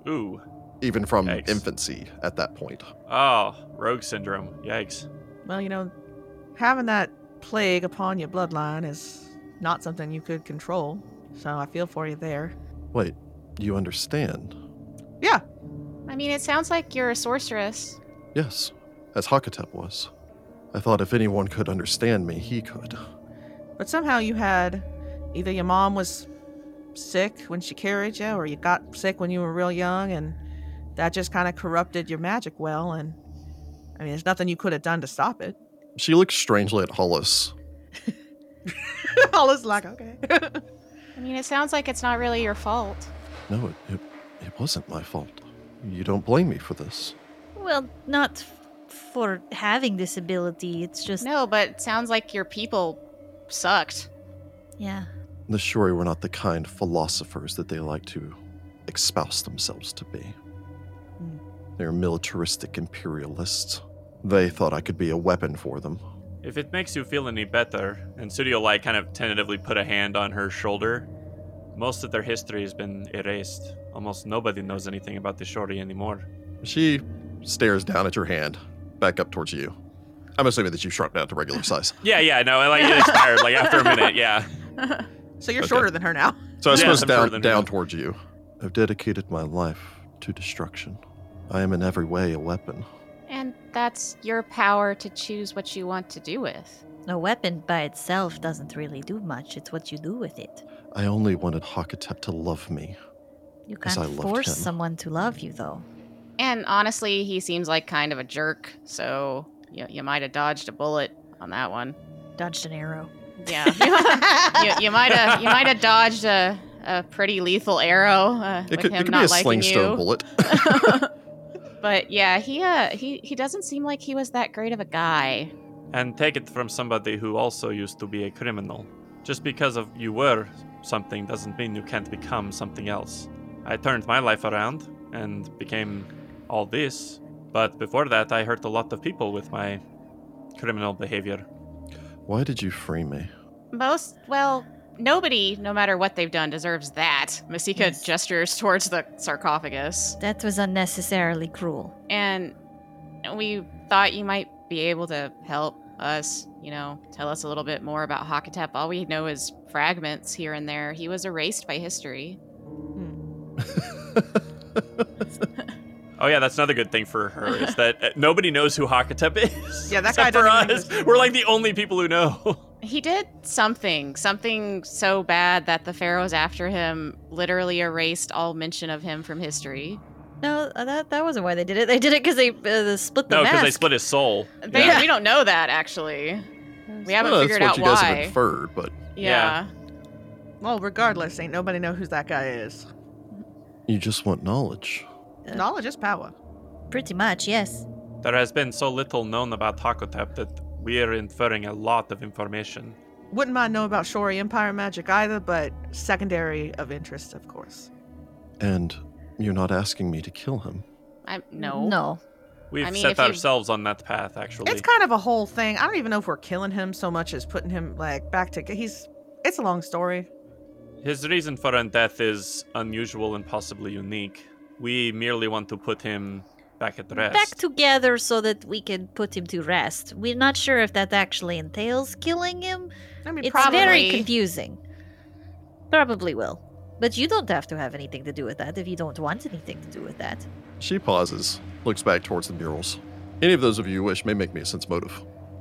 Ooh.
even from
Yikes.
infancy at that point.
Oh, rogue syndrome. Yikes.
Well, you know, having that plague upon your bloodline is not something you could control. So I feel for you there.
Wait, you understand?
I mean, it sounds like you're a sorceress.
Yes, as Hakatep was. I thought if anyone could understand me, he could.
But somehow you had either your mom was sick when she carried you, or you got sick when you were real young, and that just kind of corrupted your magic well. And I mean, there's nothing you could have done to stop it.
She looks strangely at Hollis.
All is like, okay.
I mean, it sounds like it's not really your fault.
No, it, it, it wasn't my fault. You don't blame me for this.
Well, not f- for having this ability. It's just
No, but it sounds like your people sucked.
yeah.
The Shuri were not the kind philosophers that they like to espouse themselves to be.
Hmm.
They're militaristic imperialists. They thought I could be a weapon for them.
If it makes you feel any better, and Studio Light kind of tentatively put a hand on her shoulder, most of their history has been erased. Almost nobody knows anything about the Shori anymore.
She stares down at your hand, back up towards you. I'm assuming that you shrunk down to
(laughs)
regular size.
Yeah, yeah, no, like it expired like after a minute, yeah.
so you're
Okay.
shorter than her now. (laughs)
So I
Yes,
suppose
I'm
down,
further than
down
him.
towards you. I've dedicated my life to destruction. I am in every way a weapon.
And that's your power to choose what you want to do with.
A weapon by itself doesn't really do much. It's what you do with it.
I only wanted Hakatep to love me.
You
'Cause I
can't
loved
force
him.
someone to love you, though.
And honestly, he seems like kind of a jerk, so you, you might have dodged a bullet on that one.
Dodged
(laughs)
an arrow. (laughs)
Yeah.
(laughs)
you, you might have you might have dodged a, a pretty lethal arrow uh,
It
with
could,
him
it could be
not
a
liking
slingstone
you.
bullet. (laughs)
(laughs) but yeah, he uh he he doesn't seem like he was that great of a guy.
And take it from somebody who also used to be a criminal. Just because of you were something doesn't mean you can't become something else. I turned my life around and became all this, but before that I hurt a lot of people with my criminal behavior.
Why did you free me?
Most well, nobody, no matter what they've done, deserves that. Masika
Yes.
gestures towards the sarcophagus,
That was unnecessarily cruel.
and we thought you might be able to help us. You know, tell us a little bit more about Hakatep. All we know is fragments here and there. He was erased by history.
Oh yeah, that's another good thing for her is that uh, nobody knows who Hakatep is. (laughs)
Yeah, that guy
except for
doesn't
us.
exist anymore.
We're like the only people who know. (laughs)
He did something, something so bad that the pharaohs after him literally erased all mention of him from history.
No, uh, that that wasn't why they did it. They did it because they uh, split the
no, because
mask.
they split his soul.
They,
yeah.
We don't know that actually. We haven't
Well,
figured
that's
out
what you guys
why.
have inferred, but
yeah.
Yeah.
Well, regardless, ain't nobody know who that guy is.
you just want knowledge.
Uh,
Knowledge is power.
Pretty much, yes.
There has been so little known about Hakatep that we are inferring a lot of information.
Wouldn't mind know about Shori Empire magic either, but secondary of interest, of course.
And you're not asking me to kill him.
I'm no.
No.
We've
I mean, if
set
you-
ourselves on that path, actually.
It's kind of a whole thing. I don't even know if we're killing him so much as putting him like back to. He's. It's a long story.
His reason for undeath is unusual and possibly unique. We merely want to put him back at rest.
Back together so that we can put him to rest. We're not sure if that actually entails killing him.
I mean,
It's
probably.
very
Probably.
confusing. Probably will. But you don't have to have anything to do with that if you don't want anything to do with that.
She pauses, looks back towards the murals. Any of those of you who wish may make me a sense motive.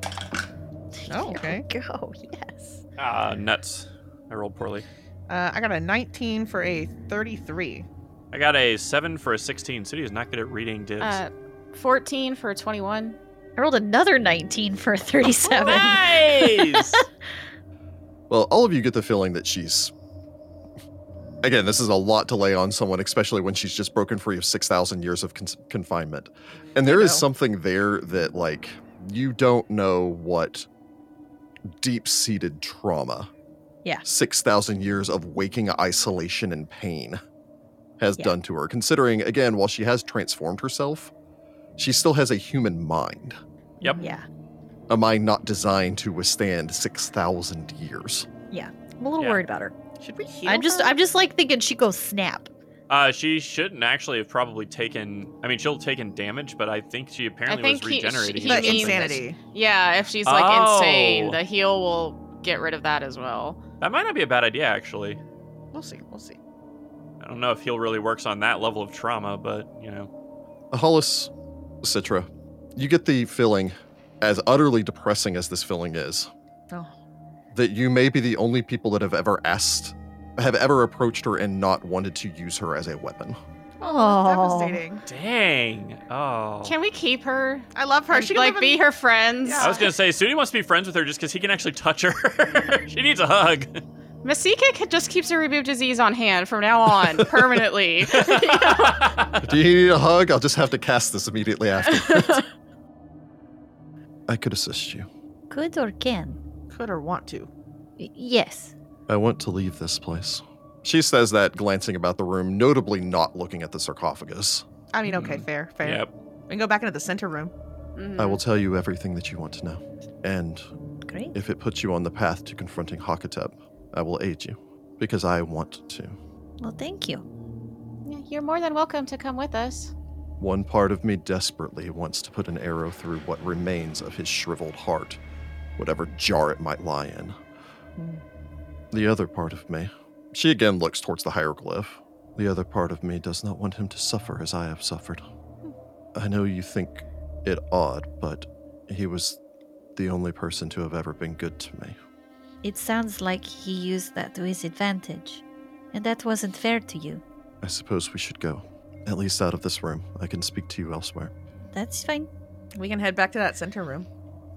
Oh,
(laughs) Here
okay.
we Go, yes.
ah, nuts. I rolled poorly.
Uh, I got a 19 for a 33.
I got a 7 for a 16. City is not good at reading divs.
Uh, 14 for 21.
I rolled another 19 for a
(laughs)
37.
nice!
Well, all of you get the feeling that she's. Again, this is a lot to lay on someone, especially when she's just broken free of 6,000 years of cons confinement. And there is
know.
something there that, like, you don't know what deep seated trauma.
Yeah.
6,000 years of waking isolation and pain has
Yeah.
done to her, considering, again, while she has transformed herself, she still has a human mind,
Yep.
Yeah.
a mind not designed to withstand 6,000 years.
I'm a little
Yeah.
worried about her.
Should we heal?
I'm just
her?
I'm just like thinking she goes snap.
Uh, she shouldn't actually have probably taken. I mean, she'll have taken damage, but I think she apparently
think
was
he- she-
regenerating.
he
or
But
means-
something.
insanity.
Yeah, if she's like
Oh.
insane, the heal will get rid of that as well.
That might not be a bad idea, actually.
We'll see. We'll see.
I don't know if heal really works on that level of trauma, but you know.
Hollis, Citra, you get the feeling, as utterly depressing as this feeling is,
Oh.
that you may be the only people that have ever asked, have ever approached her and not wanted to use her as a weapon.
Oh.
Devastating.
Dang. Oh.
Can we keep her?
I love her.
And,
She can
like
live
be
in-
her friends.
Yeah.
I was gonna say, Sudi wants to be friends with her just because he can actually touch her. (laughs) she needs a hug.
Masika ca- just keeps a rebuke disease on hand from now
(laughs)
on permanently.
(laughs)
Mm-hmm.
Do you need a hug? I'll just have to cast this immediately after. (laughs) I could assist you.
Could or can?
Could or want to.
Y- Yes.
I want to leave this place. She says that, glancing about the room, notably not looking at the sarcophagus.
I mean, okay,
Mhm.
fair, fair.
(laughs) yep.
We can go back into the center room.
Mhm.
I will tell you everything that you want to know. And
Great.
if it puts you on the path to confronting Hakatep, I will aid you. Because I want to.
Well, thank you.
Yeah, You're more than welcome to come with us.
One part of me desperately wants to put an arrow through what remains of his shriveled heart, whatever jar it might lie in. The other part of me. She again looks towards the hieroglyph. The other part of me does not want him to suffer as I have suffered. I know you think it odd, but he was the only person to have ever been good to me.
It sounds like he used that to his advantage. And that wasn't fair to you.
I suppose we should go. At least out of this room. I can speak to you elsewhere.
That's fine.
We can head back to that center room.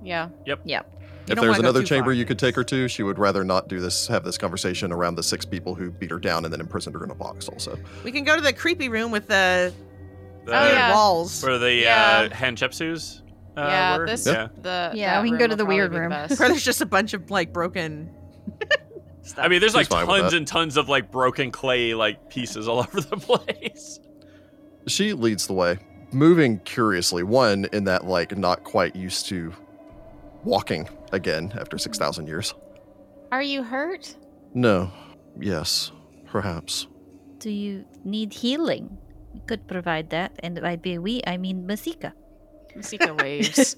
Yeah.
You
if
don't
there's
wanna go
another
too
chamber
far.
you could take her to, she would rather not do this, have this conversation around the six people who beat her down and then imprisoned her in a box, also.
We can go to the creepy room with the
The,
Oh,
weird
yeah.
walls.
Where Uh, the
Yeah.
uh, Hanchepsus. Uh,
yeah.
were?
This.
Yeah.
The.
Yeah,
that
we can go
room
to
will
the weird
probably be
room.
the
(laughs)
best.
Where there's just a bunch of like broken stuff.
I mean, there's
She's fine
like
with
tons
that.
and tons of like broken clay like pieces all (laughs) over the place.
She leads the way, moving curiously. One, in that, like, not quite used to walking again after 6,000 years.
Are you hurt?
No. Yes. Perhaps.
Do you need healing? We could provide that. And by be we, I mean Masika.
Masika (laughs) waves.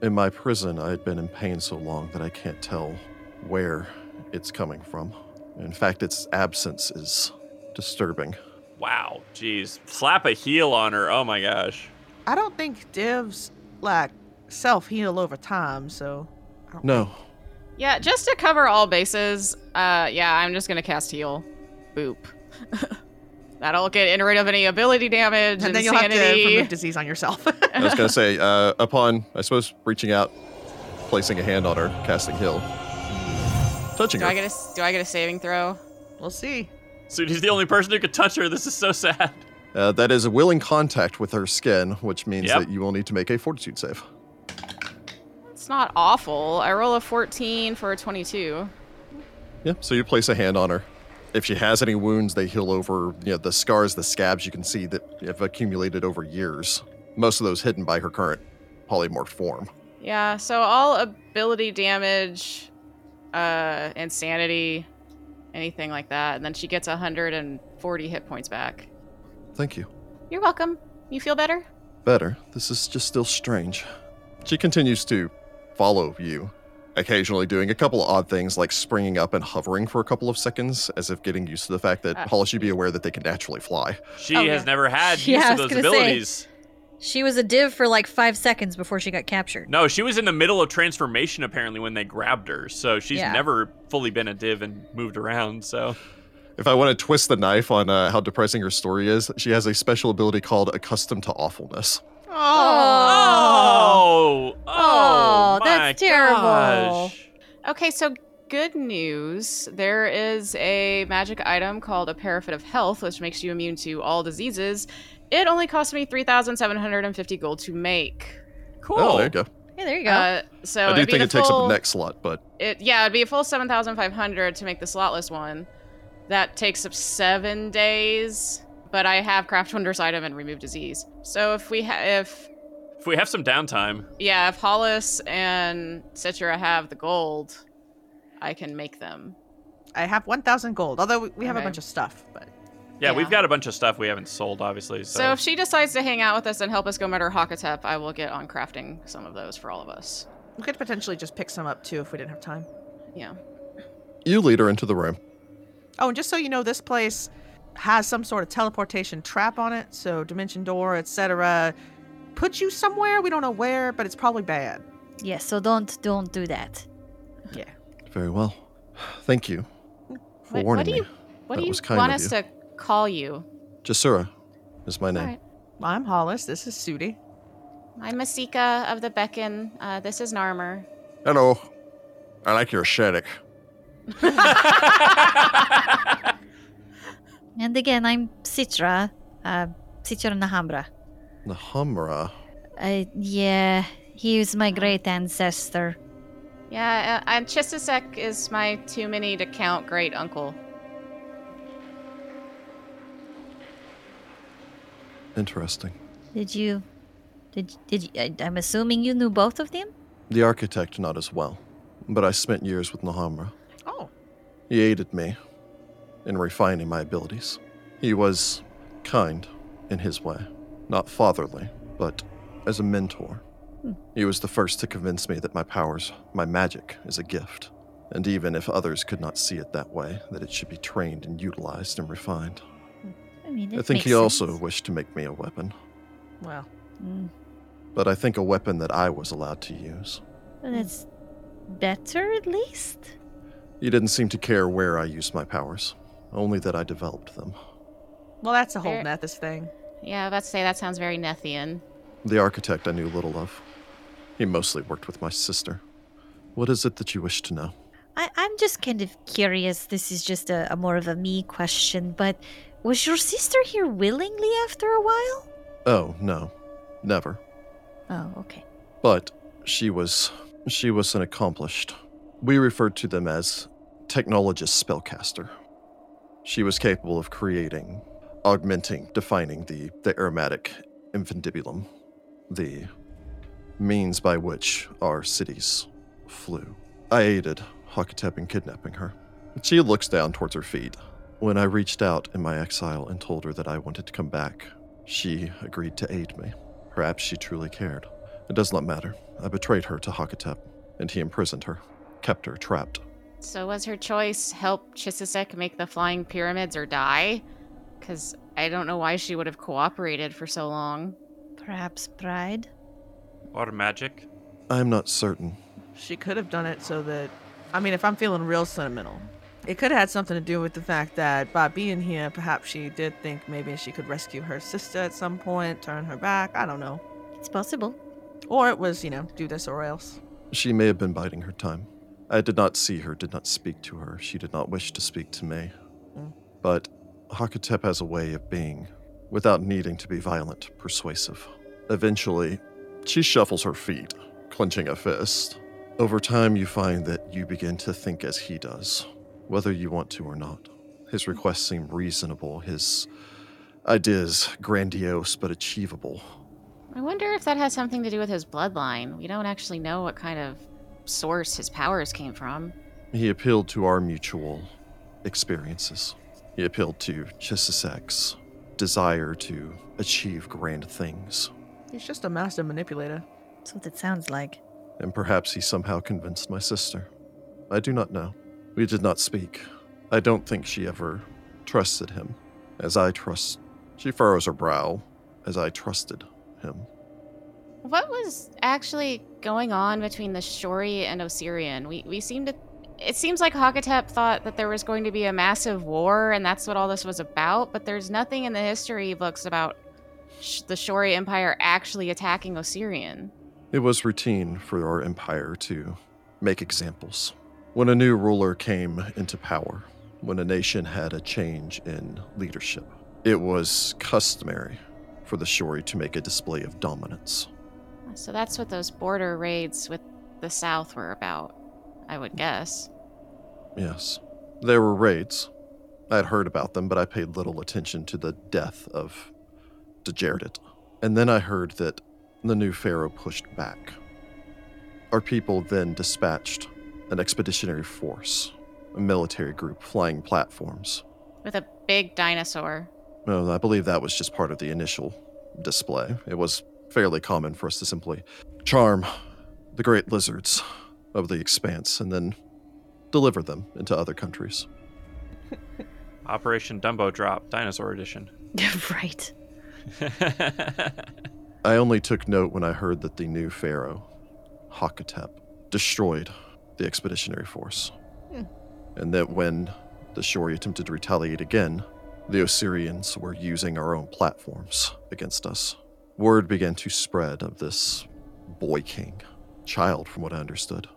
In my prison, I had been in pain so long that I can't tell where it's coming from. In fact, its absence is disturbing.
Wow. Jeez. Slap a heel on her. Oh my gosh.
I don't think divs like self heal over time, so I don't
No.
yeah. Just to cover all bases. Uh. Yeah. I'm just gonna cast heal. Boop. (laughs) That'll get rid of any ability
(laughs)
damage,
And then you'll have to
insanity.
remove disease on yourself. (laughs)
I was gonna say, uh, upon I suppose reaching out, placing a hand on her, casting heal, touching
do
her.
I get a s- Do I get a saving throw?
we'll see.
So he's the only person who could touch her. This is so sad.
uh, that is a willing contact with her skin, which means
Yep.
that you will need to make a fortitude save.
It's not awful. I roll a 14 for a 22.
Yeah. So you place a hand on her. If she has any wounds, they heal over. You know, the scars, the scabs you can see that have accumulated over years. Most of those hidden by her current polymorph form.
Yeah, so all ability damage, uh, insanity, anything like that. And then she gets 140 hit points back.
Thank you.
You're welcome. You feel better?
better. This is just still strange. She continues to follow you, occasionally doing a couple of odd things like springing up and hovering for a couple of seconds, as if getting used to the fact that
Uh,
Hollis should be aware that they can naturally fly.
She
Oh,
has
yeah.
never had
Yeah,
use
I was
of those
gonna say.
abilities.
She was a div for like five seconds before she got captured.
No, she was in the middle of transformation apparently when they grabbed her. So she's
Yeah.
never fully been a div and moved around. So
If I want to twist the knife on uh, how depressing her story is, she has a special ability called Accustomed to Awfulness.
Oh.
Oh, oh,
Oh,
my
that's terrible.
gosh.
Okay, so good news. There is a magic item called a Paraffin of Health, which makes you immune to all diseases. It only cost me 3,750 gold to make.
Cool.
Oh, there you go.
Yeah, there you go.
Uh,
I
so
do
it'd be
think
the
it takes up the
full-
next slot, but
it yeah it'd be a full 7500 to make the slotless one that takes up seven days but i have craft wonders item and remove disease so if we ha- if
If we have some downtime,
yeah if hollis and citra have the gold i can make them
I have 1,000 gold, although we, we have a
Okay.
bunch of stuff. But
yeah,
Yeah.
we've got a bunch of stuff we haven't sold, obviously. So,
so, if she decides to hang out with us and help us go murder hakatep i will get on crafting some of those for all of us
we could potentially just pick some up too if we didn't have time.
yeah
you lead her into the room.
Oh, and just so you know, this place has some sort of teleportation trap on it, so dimension door, etc. Put you somewhere. We don't know where, but it's probably bad.
yeah, so don't don't do that.
Very well. Thank you for
What- what
warning
do you-
me. That
what do you
was kind
want
of
us
you.
to call you
Jasura is my name.
Alright.
I'm Hollis. This is Sudi.
i'm masika of the beacon uh, this is narmer
Hello. I like your aesthetic.
And again, I'm Citra, uh, Citra Nahambra.
Nahamra.
Uh, yeah, he was my great ancestor.
Yeah, uh, and Chisisek is my too many to count great uncle.
Interesting.
Did you? Did did you, I, I'm assuming you knew both of them?
The architect, not as well, but I spent years with Nahamra.
Oh,
He aided me in refining my abilities. He was kind in his way, not fatherly, but as a mentor.
Hmm.
He was the first to convince me that my powers, my magic, is a gift, and even if others could not see it that way, that it should be trained and utilized and refined.
I mean,
I
it
think
makes
he also
sense.
wished to make me a weapon,
well,
Mm,
but I think a weapon that I was allowed to use.
well, that's better, at least.
He didn't seem to care where I used my powers, only that I developed them.
well, that's a whole
There-
Nethus thing.
Yeah, I was about to say that sounds very Nethian.
The architect I knew little of. He mostly worked with my sister. What is it that you wish to know?
I, I'm just kind of curious. This is just a, a more of a me question, but was your sister here willingly after a while?
Oh, no. Never.
Oh, okay.
But she was she was an accomplished. We referred to them as technologist spellcaster. She was capable of creating, augmenting, defining the the aromatic infundibulum, the means by which our cities flew. I aided Hakatep in kidnapping her. She looks down towards her feet. When I reached out in my exile and told her that I wanted to come back, she agreed to aid me. Perhaps she truly cared. It does not matter. I betrayed her to Hakatep, and he imprisoned her, kept her trapped.
So was her choice help Chisisek make the flying pyramids or die? Because I don't know why she would have cooperated for so long.
Perhaps pride.
water magic.
I am not certain.
She could have done it so that, I mean, if I'm feeling real sentimental, it could have had something to do with the fact that by being here, perhaps she did think maybe she could rescue her sister at some point, turn her back. I don't know.
It's possible.
Or it was, you know, do this or else.
She may have been biding her time. I did not see her, did not speak to her. She did not wish to speak to me.
Mm.
But Hakatep has a way of being, without needing to be violent, persuasive. Eventually, she shuffles her feet, clenching a fist. Over time, you find that you begin to think as he does, whether you want to or not. His requests seem reasonable, his ideas grandiose but achievable.
I wonder if that has something to do with his bloodline. We don't actually know what kind of source his powers came from.
He appealed to our mutual experiences. He appealed to Chissisek's desire to achieve grand things.
He's just a master manipulator.
That's what it sounds like. (laughs)
And perhaps he somehow convinced my sister. I do not know. We did not speak. I don't think she ever trusted him as I trust. She furrows her brow as I trusted him.
What was actually going on between the Shori and Osirian? We we seem to it seems like Hakatep thought that there was going to be a massive war and that's what all this was about, but there's nothing in the history books about sh- the Shori Empire actually attacking Osirian.
It was routine for our empire to make examples. When a new ruler came into power, when a nation had a change in leadership, it was customary for the Shori to make a display of dominance.
So that's what those border raids with the south were about, I would guess.
Yes. There were raids. I'd heard about them, but I paid little attention to the death of Dejerdit. And then I heard that the new pharaoh pushed back. Our people then dispatched an expeditionary force, a military group flying platforms.
With a big dinosaur.
Well, I believe that was just part of the initial display. It was fairly common for us to simply charm the great lizards of the expanse and then deliver them into other countries.
Operation Dumbo Drop, Dinosaur Edition. (laughs)
right.
I only took note when I heard that the new pharaoh, Hakatep, destroyed the expeditionary force.
Hmm.
And that when the Shori attempted to retaliate again, the Osirians were using our own platforms against us. Word began to spread of this boy king, child from what I understood,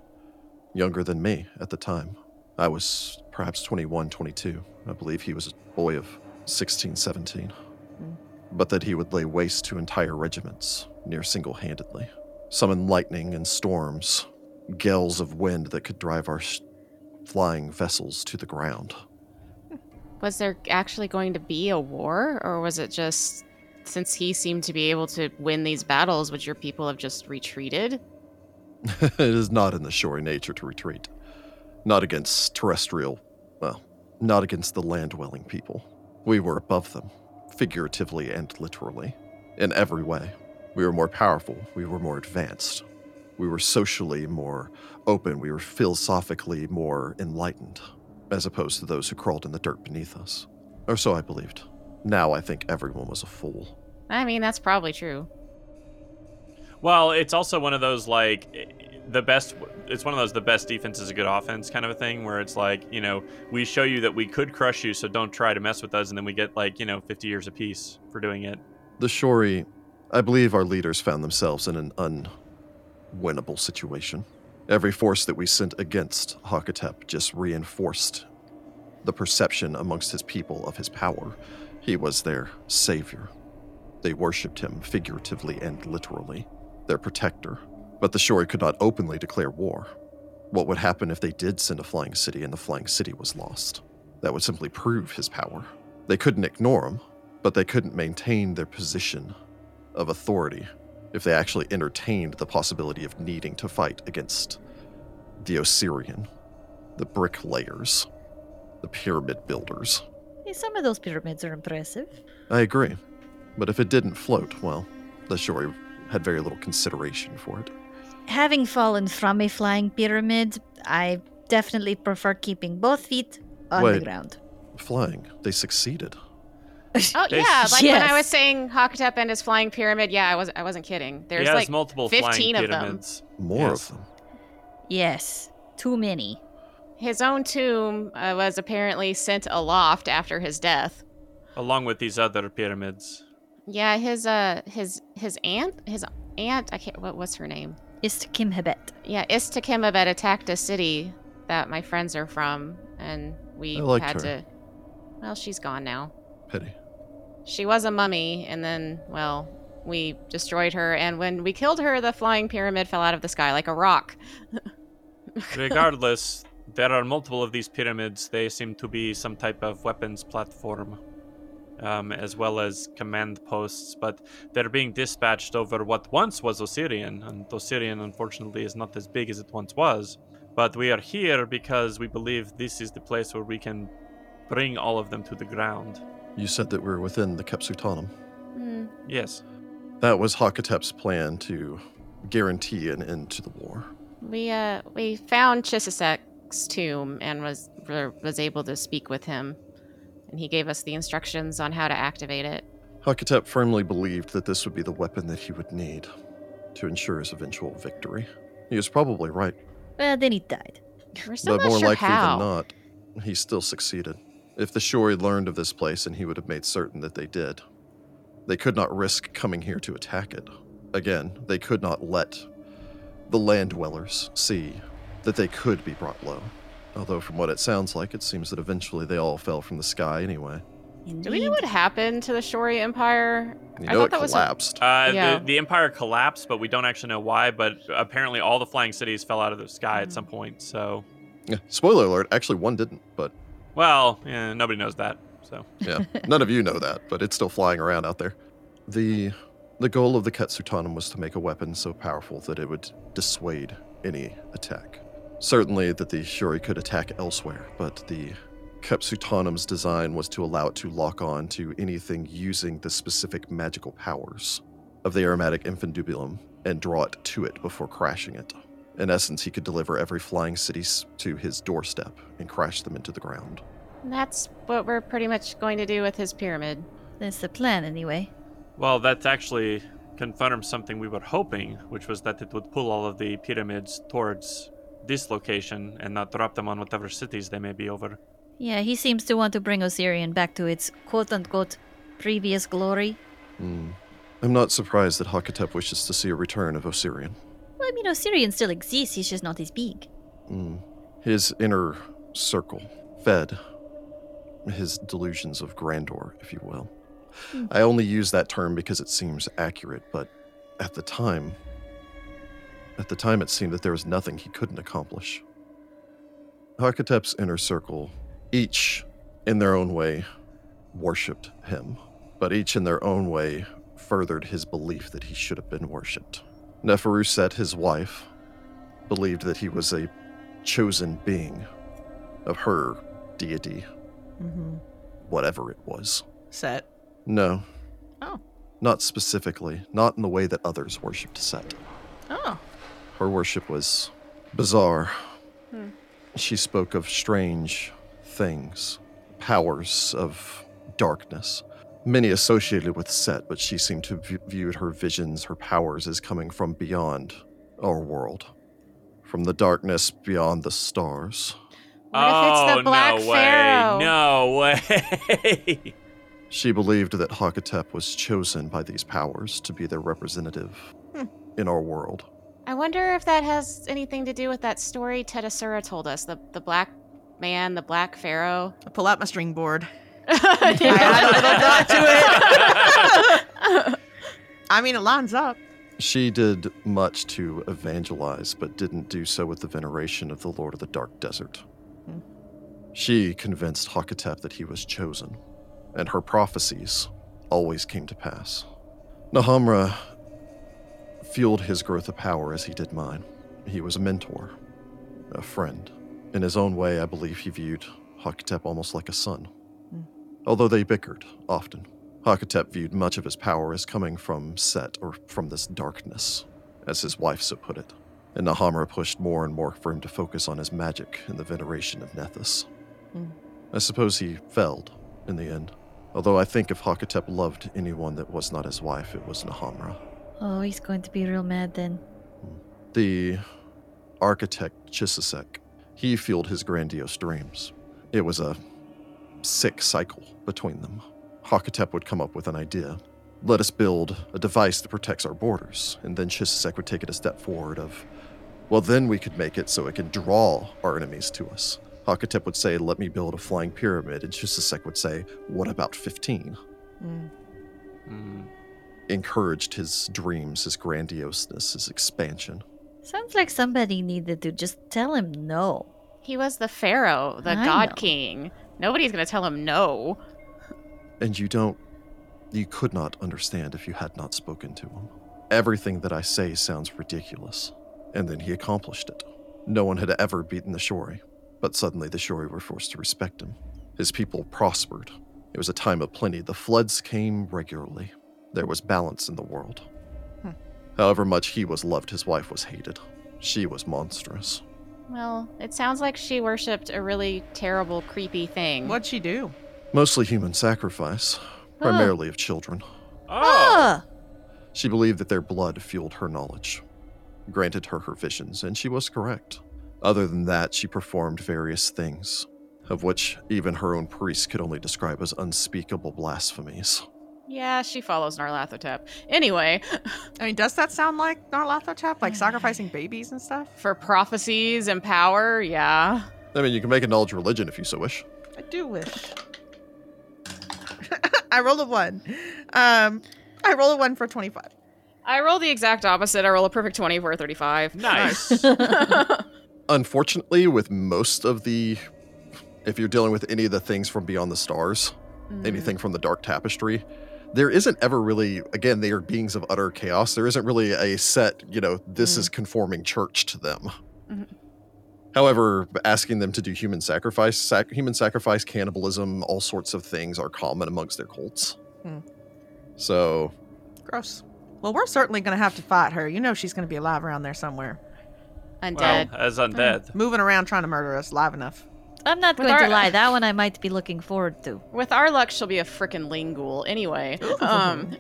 younger than me at the time. I was perhaps 21, 22. I believe he was a boy of 16, 17 but that he would lay waste to entire regiments near single handedly, summon lightning and storms, gales of wind that could drive our sh- flying vessels to the ground.
Was there actually going to be a war, or was it just since he seemed to be able to win these battles, would your people have just retreated?
(laughs) it is not in the shory nature to retreat, not against terrestrial, well, not against the land dwelling people. We were above them, figuratively and literally, in every way. We were more powerful, we were more advanced, we were socially more open, we were philosophically more enlightened, as opposed to those who crawled in the dirt beneath us. Or so I believed. Now I think everyone was a fool.
I mean, that's
(laughs)
probably true.
Well, it's also one of those like eh, the best. It's one of those the best defense is a good offense kind of a thing where it's like you know we show you that we could crush you, so don't try to mess with us, and then we get like you know 50 years apiece for doing it.
The Shori, I believe our leaders found themselves in an unwinnable situation. Every force that we sent against Hakatep just reinforced the perception amongst his people of his power. He was their savior. They worshipped him figuratively and literally, their protector. But the Shori could not openly declare war. What would happen if they did send a flying city and the flying city was lost? That would simply prove his power. They couldn't ignore him, but they couldn't maintain their position of authority if they actually entertained the possibility of needing to fight against the Osirian, the bricklayers, the pyramid builders.
Yeah, some of those pyramids are impressive.
I agree, but if it didn't float, well, the Shori had very little consideration for it.
Having fallen from a flying pyramid, I definitely prefer keeping both feet on the
Wait.
ground.
Flying, they succeeded.
Oh
There's-
yeah, like when
Yes.
I was saying Hakatep and his flying pyramid. Yeah, I was I wasn't kidding. There's
he has
like
multiple
15
flying
of them.
pyramids.
More
Yes.
of them.
Yes, too many.
his own tomb uh, was apparently sent aloft after his death.
along with these other pyramids.
Yeah, his uh his his aunt his aunt I can't what was her name?
Istkimhebet.
Yeah, Istakimabet attacked a city that my friends are from, and we
I liked
had
her.
to. Well, she's gone now.
Pity.
She was a mummy, and then well, we destroyed her. And when we killed her, the flying pyramid fell out of the sky like a rock.
(laughs) Regardless, there are multiple of these pyramids. They seem to be some type of weapons platform, um, as well as command posts, but they're being dispatched over what once was Osirian, and Osirian, unfortunately, is not as big as it once was. But we are here because we believe this is the place where we can bring all of them to the ground.
You said that we were within the Kepsutanum.
Hmm.
Yes.
That was Hakatep's plan to guarantee an end to the war.
We uh we found Chissisek's tomb and was were- was able to speak with him, and he gave us the instructions on how to activate it.
Hakatep firmly believed that this would be the weapon that he would need to ensure his eventual victory. He was probably right,
Well, then he died.
We're still
but
not
more
sure
likely
how.
than not, he still succeeded. If the Shori learned of this place and he would have made certain that they did, they could not risk coming here to attack it. Again, they could not let the land dwellers see that they could be brought low. Although, from what it sounds like, it seems that eventually they all fell from the sky anyway.
Indeed.
Do we know what happened to the Shori Empire?
You
I
know
thought
it
that was a-
collapsed. (laughs)
Uh,
Yeah.
the, the empire collapsed, but we don't actually know why. But apparently, all the flying cities fell out of the sky at some point. So,
Yeah. Spoiler alert, actually one didn't, but
well, yeah, nobody knows that. So,
yeah. None of you know that, but it's still flying around out there. The the goal of the Ketsutanum was to make a weapon so powerful that it would dissuade any attack. Certainly that the Shuri could attack elsewhere, but the Ketsutanum's design was to allow it to lock on to anything using the specific magical powers of the aromatic infundibulum and draw it to it before crashing it. In essence, he could deliver every flying city s- to his doorstep and crash them into the ground.
That's what we're pretty much going to do with his pyramid.
That's the plan, anyway.
well, that actually confirms something we were hoping, which was that it would pull all of the pyramids towards this location and not drop them on whatever cities they may be over.
Yeah, he seems to want to bring Osirian back to its quote unquote previous glory.
Hmm. I'm not surprised that Hakatep wishes to see a return of Osirian.
Well, I mean, Osirian still exists, he's just not as big.
Hmm. His inner circle fed his delusions of grandeur, if you will.
Hmm.
I only use that term because it seems accurate, but at the time, at the time it seemed that there was nothing he couldn't accomplish. Hakatep's inner circle, each in their own way, worshipped him, but each in their own way furthered his belief that he should have been worshipped. Neferuset, his wife, believed that he was a chosen being of her deity,
Mm-hmm.
whatever it was.
Set.
No.
Oh.
Not specifically, not in the way that others worshipped Set.
Oh.
Her worship was bizarre.
Hmm.
She spoke of strange things, powers of darkness, many associated with Set, but she seemed to v- viewed her visions, her powers as coming from beyond our world, from the darkness beyond the stars.
What if it's the Black
Oh, no way!
Pharaoh?
No way! (laughs)
She believed that Hakatep was chosen by these powers to be their representative
Hmm.
in our world.
I wonder if that has anything to do with that story Tedasura told us the, the black man, the black pharaoh. (laughs)
I pull out my string board.
I
I add a little dot to it. I mean, it lines up.
She did much to evangelize, but didn't do so with the veneration of the Lord of the Dark Desert.
Hmm.
She convinced Hakatep that he was chosen, and her prophecies always came to pass. Nahamra fueled his growth of power as he did mine. He was a mentor, a friend. In his own way, I believe he viewed Hakatep almost like a son.
Hmm.
Although they bickered often, Hakatep viewed much of his power as coming from Set or from this darkness, as his wife so put it. And Nahamra pushed more and more for him to focus on his magic and the veneration of Nethus.
Hmm.
I suppose he failed in the end. Although I think if Hakatep loved anyone that was not his wife, it was Nahamra.
Oh, he's going to be real mad then.
The architect Chisisek, he fueled his grandiose dreams. It was a sick cycle between them. Hakatep would come up with an idea. Let us build a device that protects our borders. And then Chisisek would take it a step forward of, well, then we could make it so it can draw our enemies to us. Hakatep would say, let me build a flying pyramid. And Chisisek would say, what about 15?
Mm.
Hmm.
Encouraged his dreams, his grandioseness, his expansion.
Sounds like somebody needed to just tell him no.
(laughs) He was the pharaoh, the
I
god
know.
king. Nobody's going to tell him no.
and you don't you could not understand if you had not spoken to him everything that i say sounds ridiculous and then he accomplished it no one had ever beaten the shori but suddenly the shori were forced to respect him his people prospered it was a time of plenty the floods came regularly there was balance in the world
Hmm.
however much he was loved his wife was hated she was monstrous
Well, it sounds like she worshipped a really terrible, creepy thing.
What'd she do?
mostly human sacrifice primarily of children
Oh,
Ah!
She believed that their blood fueled her knowledge, granted her her visions, and she was correct. Other than that, she performed various things, of which even her own priests could only describe as unspeakable blasphemies.
Yeah, she follows Narlathotep. Anyway,
I mean, does that sound like Narlathotep? (sighs) Like sacrificing babies and stuff?
for prophecies and power, yeah.
I mean, you can make a knowledge religion if you so wish.
I do wish. (laughs) I rolled a one. Um, I rolled a one for 25.
I roll the exact opposite. I roll a perfect 20 for a
(laughs)
35. (laughs)
Nice.
Unfortunately, with most of the, if you're dealing with any of the things from Beyond the Stars, anything from the dark tapestry there isn't ever really again they are beings of utter chaos there isn't really a set you know this
Mm.
is conforming church to them
Mhm.
however asking them to do human sacrifice sac- human sacrifice cannibalism all sorts of things are common amongst their cults
Hmm.
so
Gross. Well, we're certainly going to have to fight her. You know she's going to be alive around there somewhere.
well,
Undead.
as
(laughs)
undead.
Moving around trying to murder us live enough.
I'm not
With
going to
our-
lie. That one I might be looking forward to.
With our luck, she'll be a frickin' lingual
(laughs)
anyway. Um,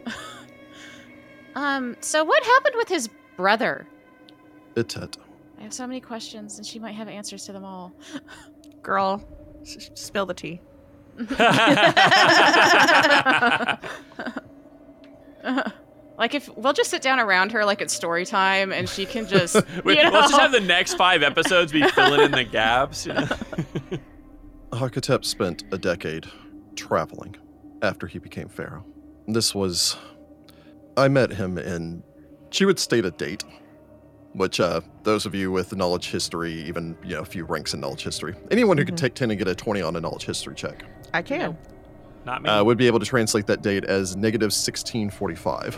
um, so what happened with his brother?
it, it
I have so many questions, and she might have answers to
(laughs)
them all.
Girl, s- spill the tea.
like if we'll just sit down around her like it's story time, and she
(laughs)
can just
we,
you know,
Let's just have the next five episodes be filling in the gaps.
(laughs)
You know?
Hakatep spent a decade traveling after he became pharaoh. This was. I met him in. She would state a date, which uh, those of you with knowledge history, even you know a few ranks in knowledge history, anyone who could
Mhm.
take ten and get a twenty on a knowledge history check
I can.
Not me.
uh, would be able to translate that date as negative sixteen forty-five.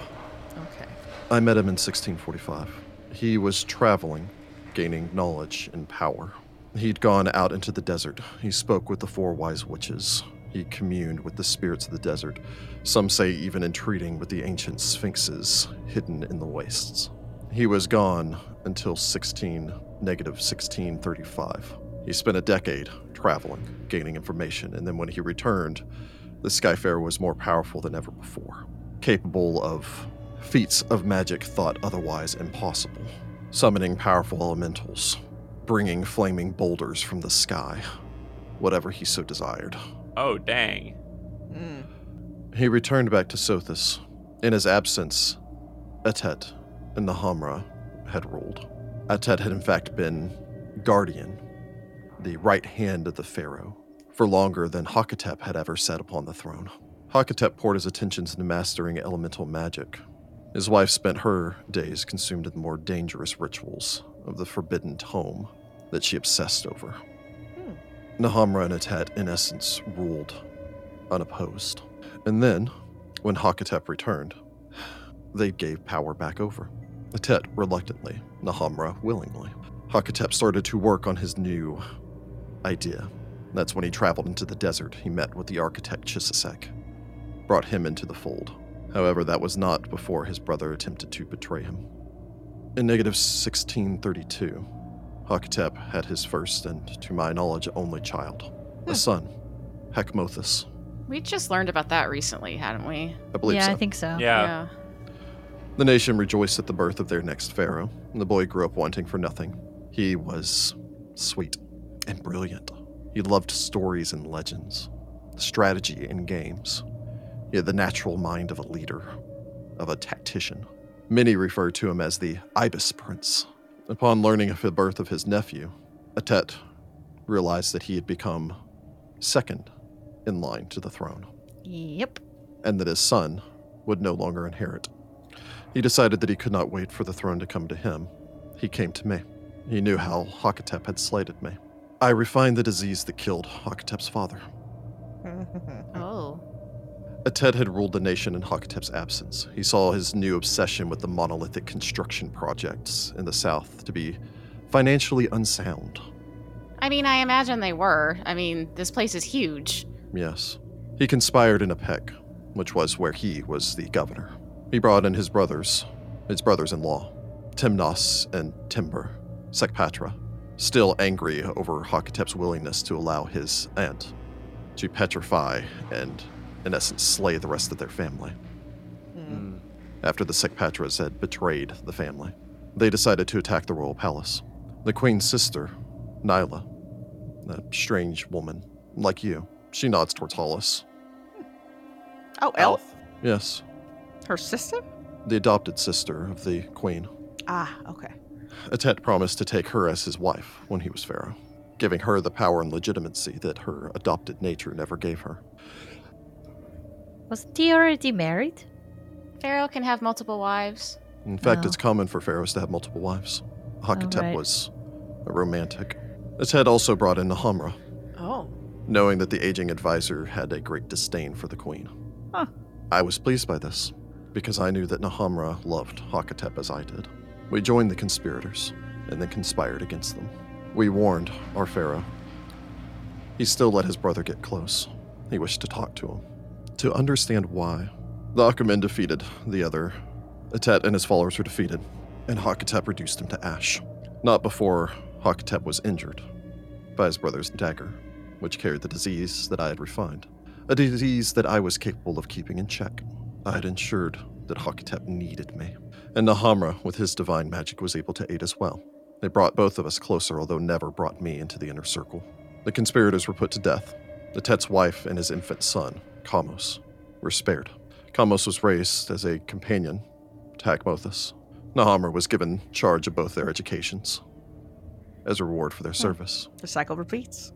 Okay.
I met him in 1645. He was traveling, gaining knowledge and power. He'd gone out into the desert. He spoke with the four wise witches. He communed with the spirits of the desert, some say even entreating with the ancient sphinxes hidden in the wastes. He was gone until 16 negative 1635. He spent a decade traveling, gaining information, and then when he returned, the Skyfarer was more powerful than ever before, capable of feats of magic thought otherwise impossible, summoning powerful elementals, bringing flaming boulders from the sky, whatever he so desired.
oh, dang.
Mm.
He returned back to Sothis. In his absence, Atet and Nahamra had ruled. Atet had, in fact, been guardian, the right hand of the pharaoh, for longer than Hakatep had ever sat upon the throne. Hakatep poured his attentions into mastering elemental magic. His wife spent her days consumed in the more dangerous rituals of the forbidden tome that she obsessed over. Nahamra and Atet, in essence, ruled unopposed. And then, when Hakatep returned, they gave power back over. Atet reluctantly, Nahamra willingly. Hakatep started to work on his new idea. That's when he traveled into the desert. He met with the architect Chisisek, brought him into the fold. However, that was not before his brother attempted to betray him. In negative 1632, Hakatep had his first and, to my knowledge, only child,
Hmm.
a son, Hekmothus.
we just learned about that recently, hadn't we?
I believe
yeah,
so.
I think
Oh,
so.
Yeah.
The nation rejoiced at the birth of their next pharaoh, and the boy grew up wanting for nothing. He was sweet and brilliant. He loved stories and legends, strategy and games. He had the natural mind of a leader, of a tactician. Many referred to him as the Ibis Prince. Upon learning of the birth of his nephew, Atet realized that he had become second in line to the throne
Yep.
and that his son would no longer inherit. He decided that he could not wait for the throne to come to him. He came to me. He knew how Hakatep had slighted me. I refined the disease that killed Hakatep's father.
Oh.
Atet had ruled the nation in Hakatep's absence. He saw his new obsession with the monolithic construction projects in the south to be financially unsound.
I mean, I imagine they were. I mean, this place is huge.
Yes. He conspired in Apec, which was where he was the governor. He brought in his brothers, his brothers in law, Timnos and Timber, Sekpatra, still angry over Hakatep's willingness to allow his aunt to petrify and, in essence, slay the rest of their family
(laughs) Mm.
after the Sekpatras had betrayed the family. They decided to attack the royal palace. The queen's sister, Nyla, a strange woman like you, she nods towards Hollis.
Oh, Elf?
Yes,
Her sister?
the adopted sister of the queen.
Ah, okay.
Atet promised to take her as his wife when he was pharaoh, giving her the power and legitimacy that her adopted nature never gave her.
Was T already married?
Pharaoh can have multiple wives.
In fact,
Oh.
it's common for pharaohs to have multiple wives. Hakatep
right.
was a romantic. This head also brought in Nahamra,
Oh.
knowing that the aging advisor had a great disdain for the queen.
Huh.
I was pleased by this, because I knew that Nahamra loved Hakatep as I did. We joined the conspirators, and then conspired against them. We warned our pharaoh. He still let his brother get close. He wished to talk to him, to understand why. The Akumen defeated the other. Atet and his followers were defeated, and Hakatep reduced him to ash. Not before Hakatep was injured by his brother's dagger, which carried the disease that I had refined, a disease that I was capable of keeping in check. I had ensured that Hakatep needed me, and Nahamra, with his divine magic, was able to aid as well. They brought both of us closer, although never brought me into the inner circle. The conspirators were put to death. The Tet's wife and his infant son, Kamos, were spared. Kamos was raised as a companion to Hakmothus. Nahamra was given charge of both their educations as a reward for their service.
The cycle repeats.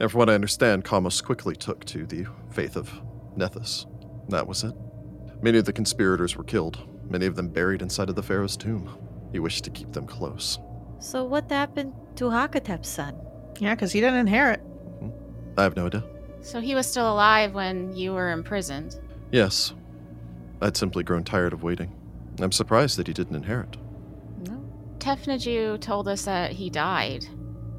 And from what I understand, Kamos quickly took to the faith of Nethus. And That was it. Many of the conspirators were killed, many of them buried inside of the Pharaoh's tomb. He wished to keep them close.
So what happened to Hakatep's son?
Yeah, because he didn't inherit.
I have no idea.
So he was still alive when you were imprisoned.
Yes, I'd simply grown tired of waiting. I'm surprised that he didn't inherit.
No.
Tefnaju told us that he died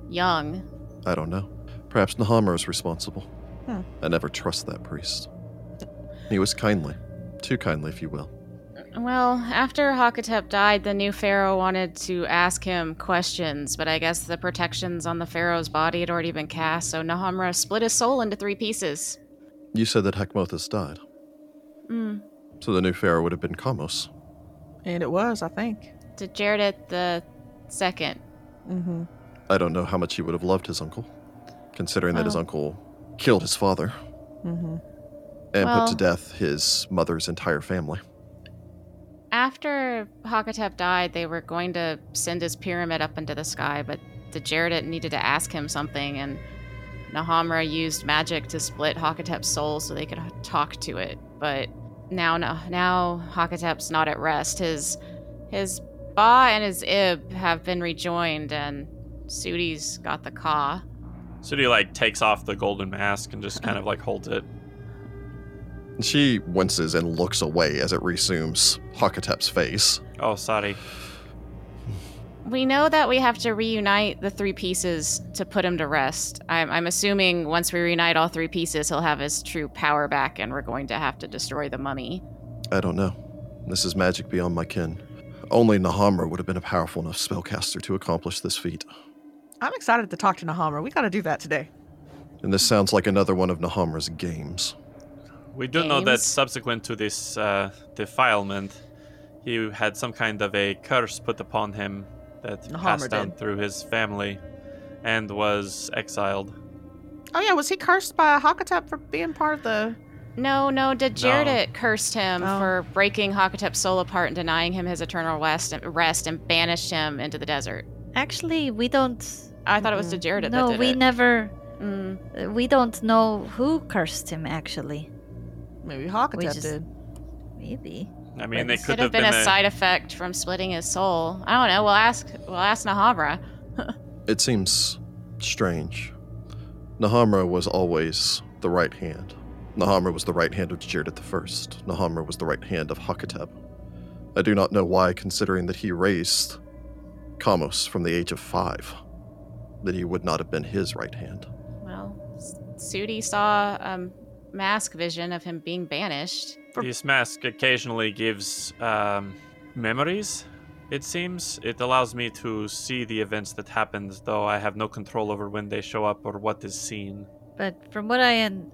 young.
I don't know. Perhaps Nahamra is responsible.
Hmm.
I never trust that priest. He was kindly, too kindly, if you will.
Well, after Hakatep died, the new pharaoh wanted to ask him questions, but I guess the protections on the pharaoh's body had already been cast, so Nahamra split his soul into three pieces.
You said that Hekmothus died,
Mm.
so the new pharaoh would have been Kamos.
And it was, I think.
To Jared the second.
Mm-hmm.
I don't know how much he would have loved his uncle, considering that his
Well.
uncle killed his father
Mm-hmm.
and put
Well.
to death his mother's entire family.
After Hakatep died, they were going to send his pyramid up into the sky, but the Jaredet needed to ask him something, and Nahamra used magic to split Hakatep's soul so they could h- talk to it. But now, no, now Hakatep's not at rest. His his Ba and his Ib have been rejoined, and Sudi's got the Ka.
So he like takes off the golden mask and just kind of like holds it.
She winces and looks away as it resumes Hakatep's face.
Oh, sorry.
We know that we have to reunite the three pieces to put him to rest. I'm, I'm assuming once we reunite all three pieces, he'll have his true power back, and we're going to have to destroy the mummy.
I don't know. This is magic beyond my ken. Only Nahamra would have been a powerful enough spellcaster to accomplish this feat.
I'm excited to talk to Nahamra. We got to do that today.
And this sounds like another one of Nahamra's games.
We do know that
Games.
subsequent to this uh, defilement, he had some kind of a curse put upon him that
Nahamra
passed down
did.
through his family and was exiled.
Oh yeah, was he cursed by Hakatep for being part of the?
No, no, Dejerdit cursed him
Oh.
for breaking Hakatep's soul apart and denying him his eternal rest, rest and banished him into the desert.
Actually, we don't.
I thought it was
Mm-mm.
Dejerdit that
no,
did
we
it.
never.
Mm.
uh, We don't know who cursed him. Actually,
Maybe Hakatep
just-
did.
maybe.
I mean, they
Could
could
Could have been, a side effect from splitting his soul. I don't know. We'll ask. We'll ask Nahamra.
It seems strange. Nahamra was always the right hand. Nahamra was the right hand of Jared the First. Nahamra was the right hand of Hakatep. I do not know why, considering that he raised Kamos from the age of five, that he would not have been his right hand.
Well, S- Sudi saw a um, mask vision of him being banished.
This mask occasionally gives um, memories, it seems. It allows me to see the events that happened, though I have no control over when they show up or what is seen.
But from what I and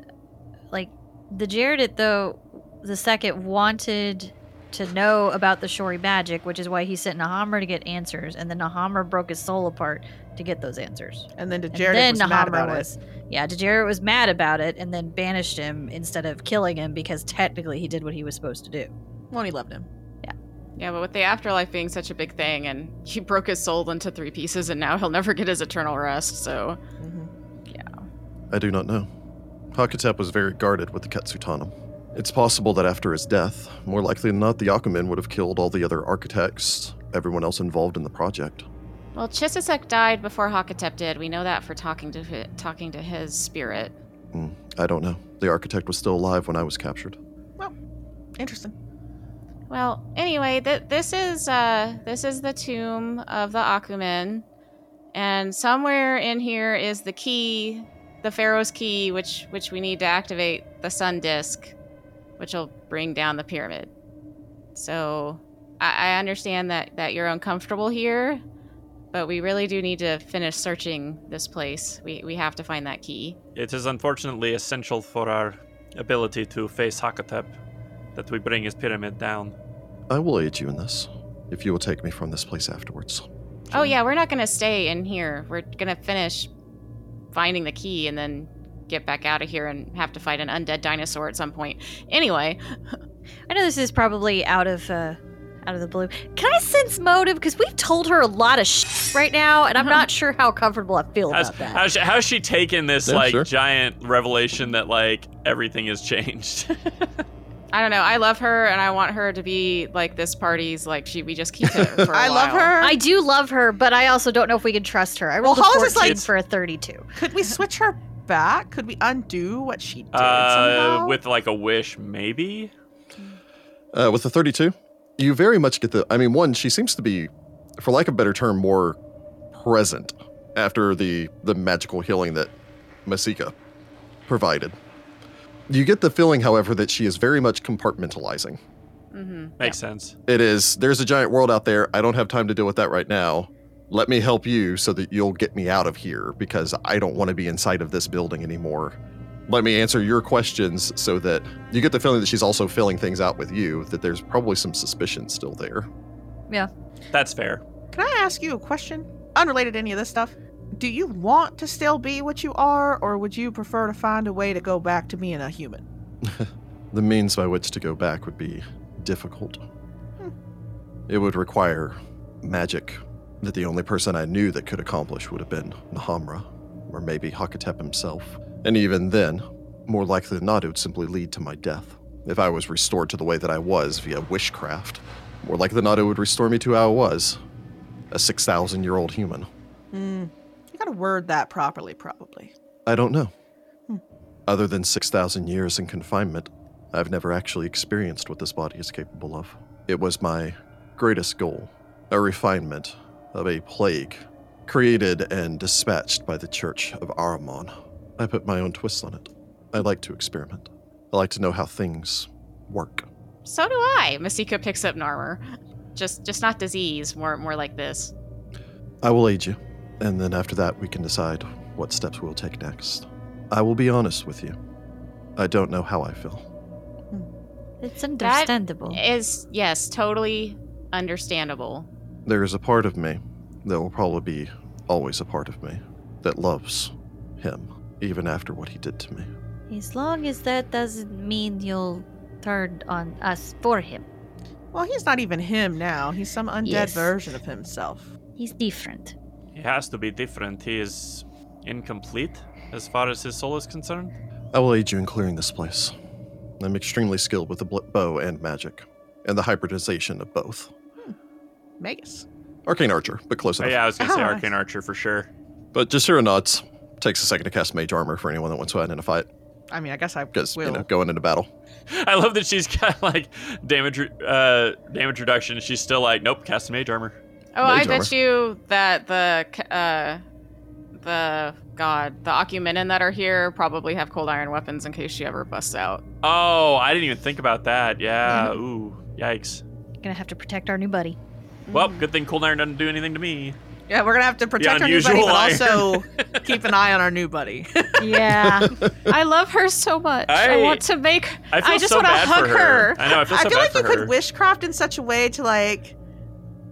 like the Jaredit though the second wanted to know about the Shori magic, which is why he sent Nahamra to get answers, and then Nahamra broke his soul apart to get those answers.
And then did
And
Jared
then
was mad
Nahamra
about it.
was yeah, Jared was mad about it and then banished him instead of killing him because technically he did what he was supposed to do.
Well, he loved him.
Yeah, but with the afterlife being such a big thing, and he broke his soul into three pieces, and now he'll never get his eternal rest. So
Mm-hmm.
I do not know. Hakatep was very guarded with the Ketsutanum. It's possible that after his death, more likely than not, the Akumen would have killed all the other architects, everyone else involved in the project.
Well, Chisisek died before Hakatep did. We know that for talking to hi- talking to his spirit.
I don't know. The architect was still alive when I was captured.
Interesting.
Well, anyway, th- this is uh, this is the tomb of the Akumen, and somewhere in here is the key, the Pharaoh's key, which which we need to activate the Sun Disk, which will bring down the pyramid. So, I, I understand that that you're uncomfortable here, but we really do need to finish searching this place. We we have to find that key.
It is unfortunately essential for our ability to face Hakatep that we bring his pyramid down.
I will aid you in this, if you will take me from this place afterwards.
Oh yeah, we're not gonna stay in here. We're gonna finish finding the key and then get back out of here and have to fight an undead dinosaur at some point. Anyway,
I know this is probably out of uh, out of the blue. Can I sense motive? Because we've told her a lot of sh- right now, and I'm
Uh-huh.
not sure how comfortable I feel
How's,
about that.
how's, she, how's she taking this
Yeah,
like
sure.
giant revelation that like everything has
(laughs)
changed?
I don't know. I love her and I want her to be like this party's like she we just keep her
(laughs)
for
I
I
love her.
I do love her, but I also don't know if we can trust her. I rolled
how
a
is this,
14
like-
for a 32.
Could
(laughs)
we switch her back? Could we undo what she did
uh,
somehow?
with like a wish, maybe.
Uh, with the 32, you very much get the. I mean, one, she seems to be, for lack of a better term, more present after the the magical healing that Masika provided. You get the feeling, however, that she is very much compartmentalizing.
Mm-hmm.
Makes sense.
It is there's a giant world out there. I don't have time to deal with that right now. Let me help you so that you'll get me out of here because I don't want to be inside of this building anymore. Let me answer your questions so that you get the feeling that she's also filling things out with you, that there's probably some suspicion still there.
That's fair.
Can I ask you a question? Unrelated to any of this stuff. Do you want to still be what you are, or would you prefer to find a way to go back to being a human?
The means by which to go back would be difficult. It would require magic that the only person I knew that could accomplish would have been Nahamra, or maybe Hakatep himself. And even then, more likely than not, it would simply lead to my death. If I was restored to the way that I was via wishcraft, more likely than not, it would restore me to how I was a 6,000 year old human.
Hmm. You gotta word that properly, probably.
I don't know.
Hmm.
Other than 6,000 years in confinement, I've never actually experienced what this body is capable of. It was my greatest goal a refinement of a plague created and dispatched by the Church of Aramon. I put my own twist on it. I like to experiment, I like to know how things work.
So do I. Masika picks up Narmer. Just just not disease, more more like this.
I will aid you, and then after that, we can decide what steps we'll take next. I will be honest with you. I don't know how I feel.
It's understandable.
Is yes, totally understandable.
There is a part of me that will probably be always a part of me that loves him, even after what he did to me.
As long as that doesn't mean you'll turn on us for him.
Well, he's not even him now. He's some undead
Yes.
version of himself.
He's different.
He has to be different. He is incomplete as far as his soul is concerned.
I will aid you in clearing this place. I'm extremely skilled with the bl- bow and magic, and the hybridization of both.
Magus.
Arcane Archer, but close
Oh,
enough.
yeah, I was gonna say
Oh,
Ah.
nice.
Arcane Archer for sure. (laughs)
But Jasira nods, takes a second to cast Mage Armor for anyone that wants to identify it,
I mean, I guess I
because,
will.
you know, going into battle.
I love that she's got like damage re- uh, damage reduction. She's still like, nope, cast mage armor.
Oh, I
Mage
bet you that the c- uh, the god, the Akumenin that are here probably have cold iron weapons in case she ever busts out.
Oh, I didn't even think about that. Yeah.
Mm-hmm.
Ooh. Yikes.
Gonna have to protect our new buddy.
(laughs)
Well,
Mm-hmm.
good thing Cold Iron doesn't do anything to me.
yeah, we're gonna have to protect our new buddy,
unusual
but
iron.
also
(laughs)
keep an eye on our new buddy.
Yeah.
I love her so much. I,
I-
want to make.
I feel
I just
so
wanna
bad
hug
for her.
her.
I know. I feel
(laughs) I
so
feel
bad
like
for
you
her.
could wishcraft in such a way to like,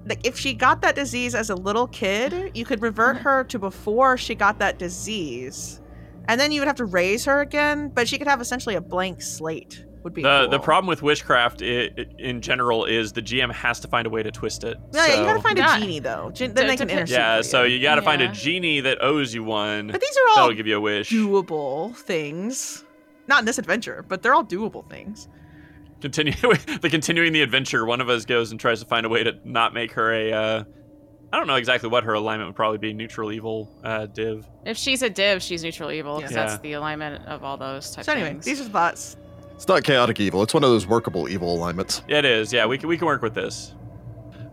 like if she got that disease as a little kid, you could
Mm-hmm.
revert her to before she got that disease, and then you would have to raise her again. But she could have essentially a blank slate. Would be
the
cool.
The problem with witchcraft i i in general is the GM has to find a way to twist it.
Yeah,
so,
you gotta find
Yeah.
a genie though. Gen-
It
then they can
depends-
intercede.
Yeah,
for
so you gotta find a
Yeah.
genie that owes you one. (laughs)
But oh, these are all
That'll give you a wish.
doable things. Not in this adventure, but they're all doable things.
(laughs) Continue (laughs) the continuing the adventure. One of us goes and tries to find a way to not make her a. Uh, I don't know exactly what her alignment would probably be. Neutral evil uh, div.
If she's a div, she's neutral evil because
Yeah.
Yeah.
that's the alignment of all those types.
so anyway,
things.
these are thoughts.
It's not chaotic evil. It's one of those workable evil alignments.
It is. Yeah, we can we can work with this.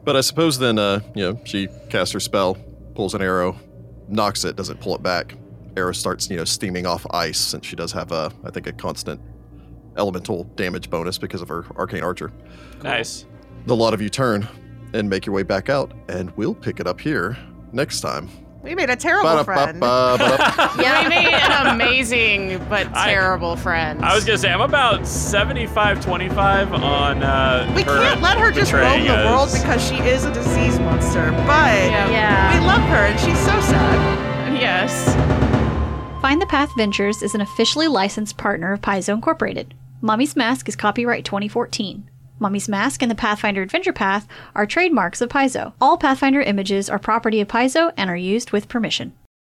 But I suppose then, uh, you know, she casts her spell, pulls an arrow, knocks it, doesn't pull it back. Arrow starts, you know, steaming off ice since she does have a, I think, a constant elemental damage bonus because of her arcane archer.
Nice.
The lot of you turn and make your way back out, and we'll pick it up here next time.
We made a terrible friend.
Ba-da-ba-ba.
(laughs)
I made an amazing but
I-
terrible friend.
I was gonna say I'm about 75 25 on uh
We
her
can't let her just roam
betraying
the world
us.
because she is a disease monster. But we
Yeah.
love her, and she's so sad.
Yes.
Find the Path Ventures is an officially licensed partner of Paizo Incorporated. Mommy's Mask is copyright 2014. Mommy's Mask and the Pathfinder Adventure Path are trademarks of Paizo. All Pathfinder images are property of Paizo and are used with permission.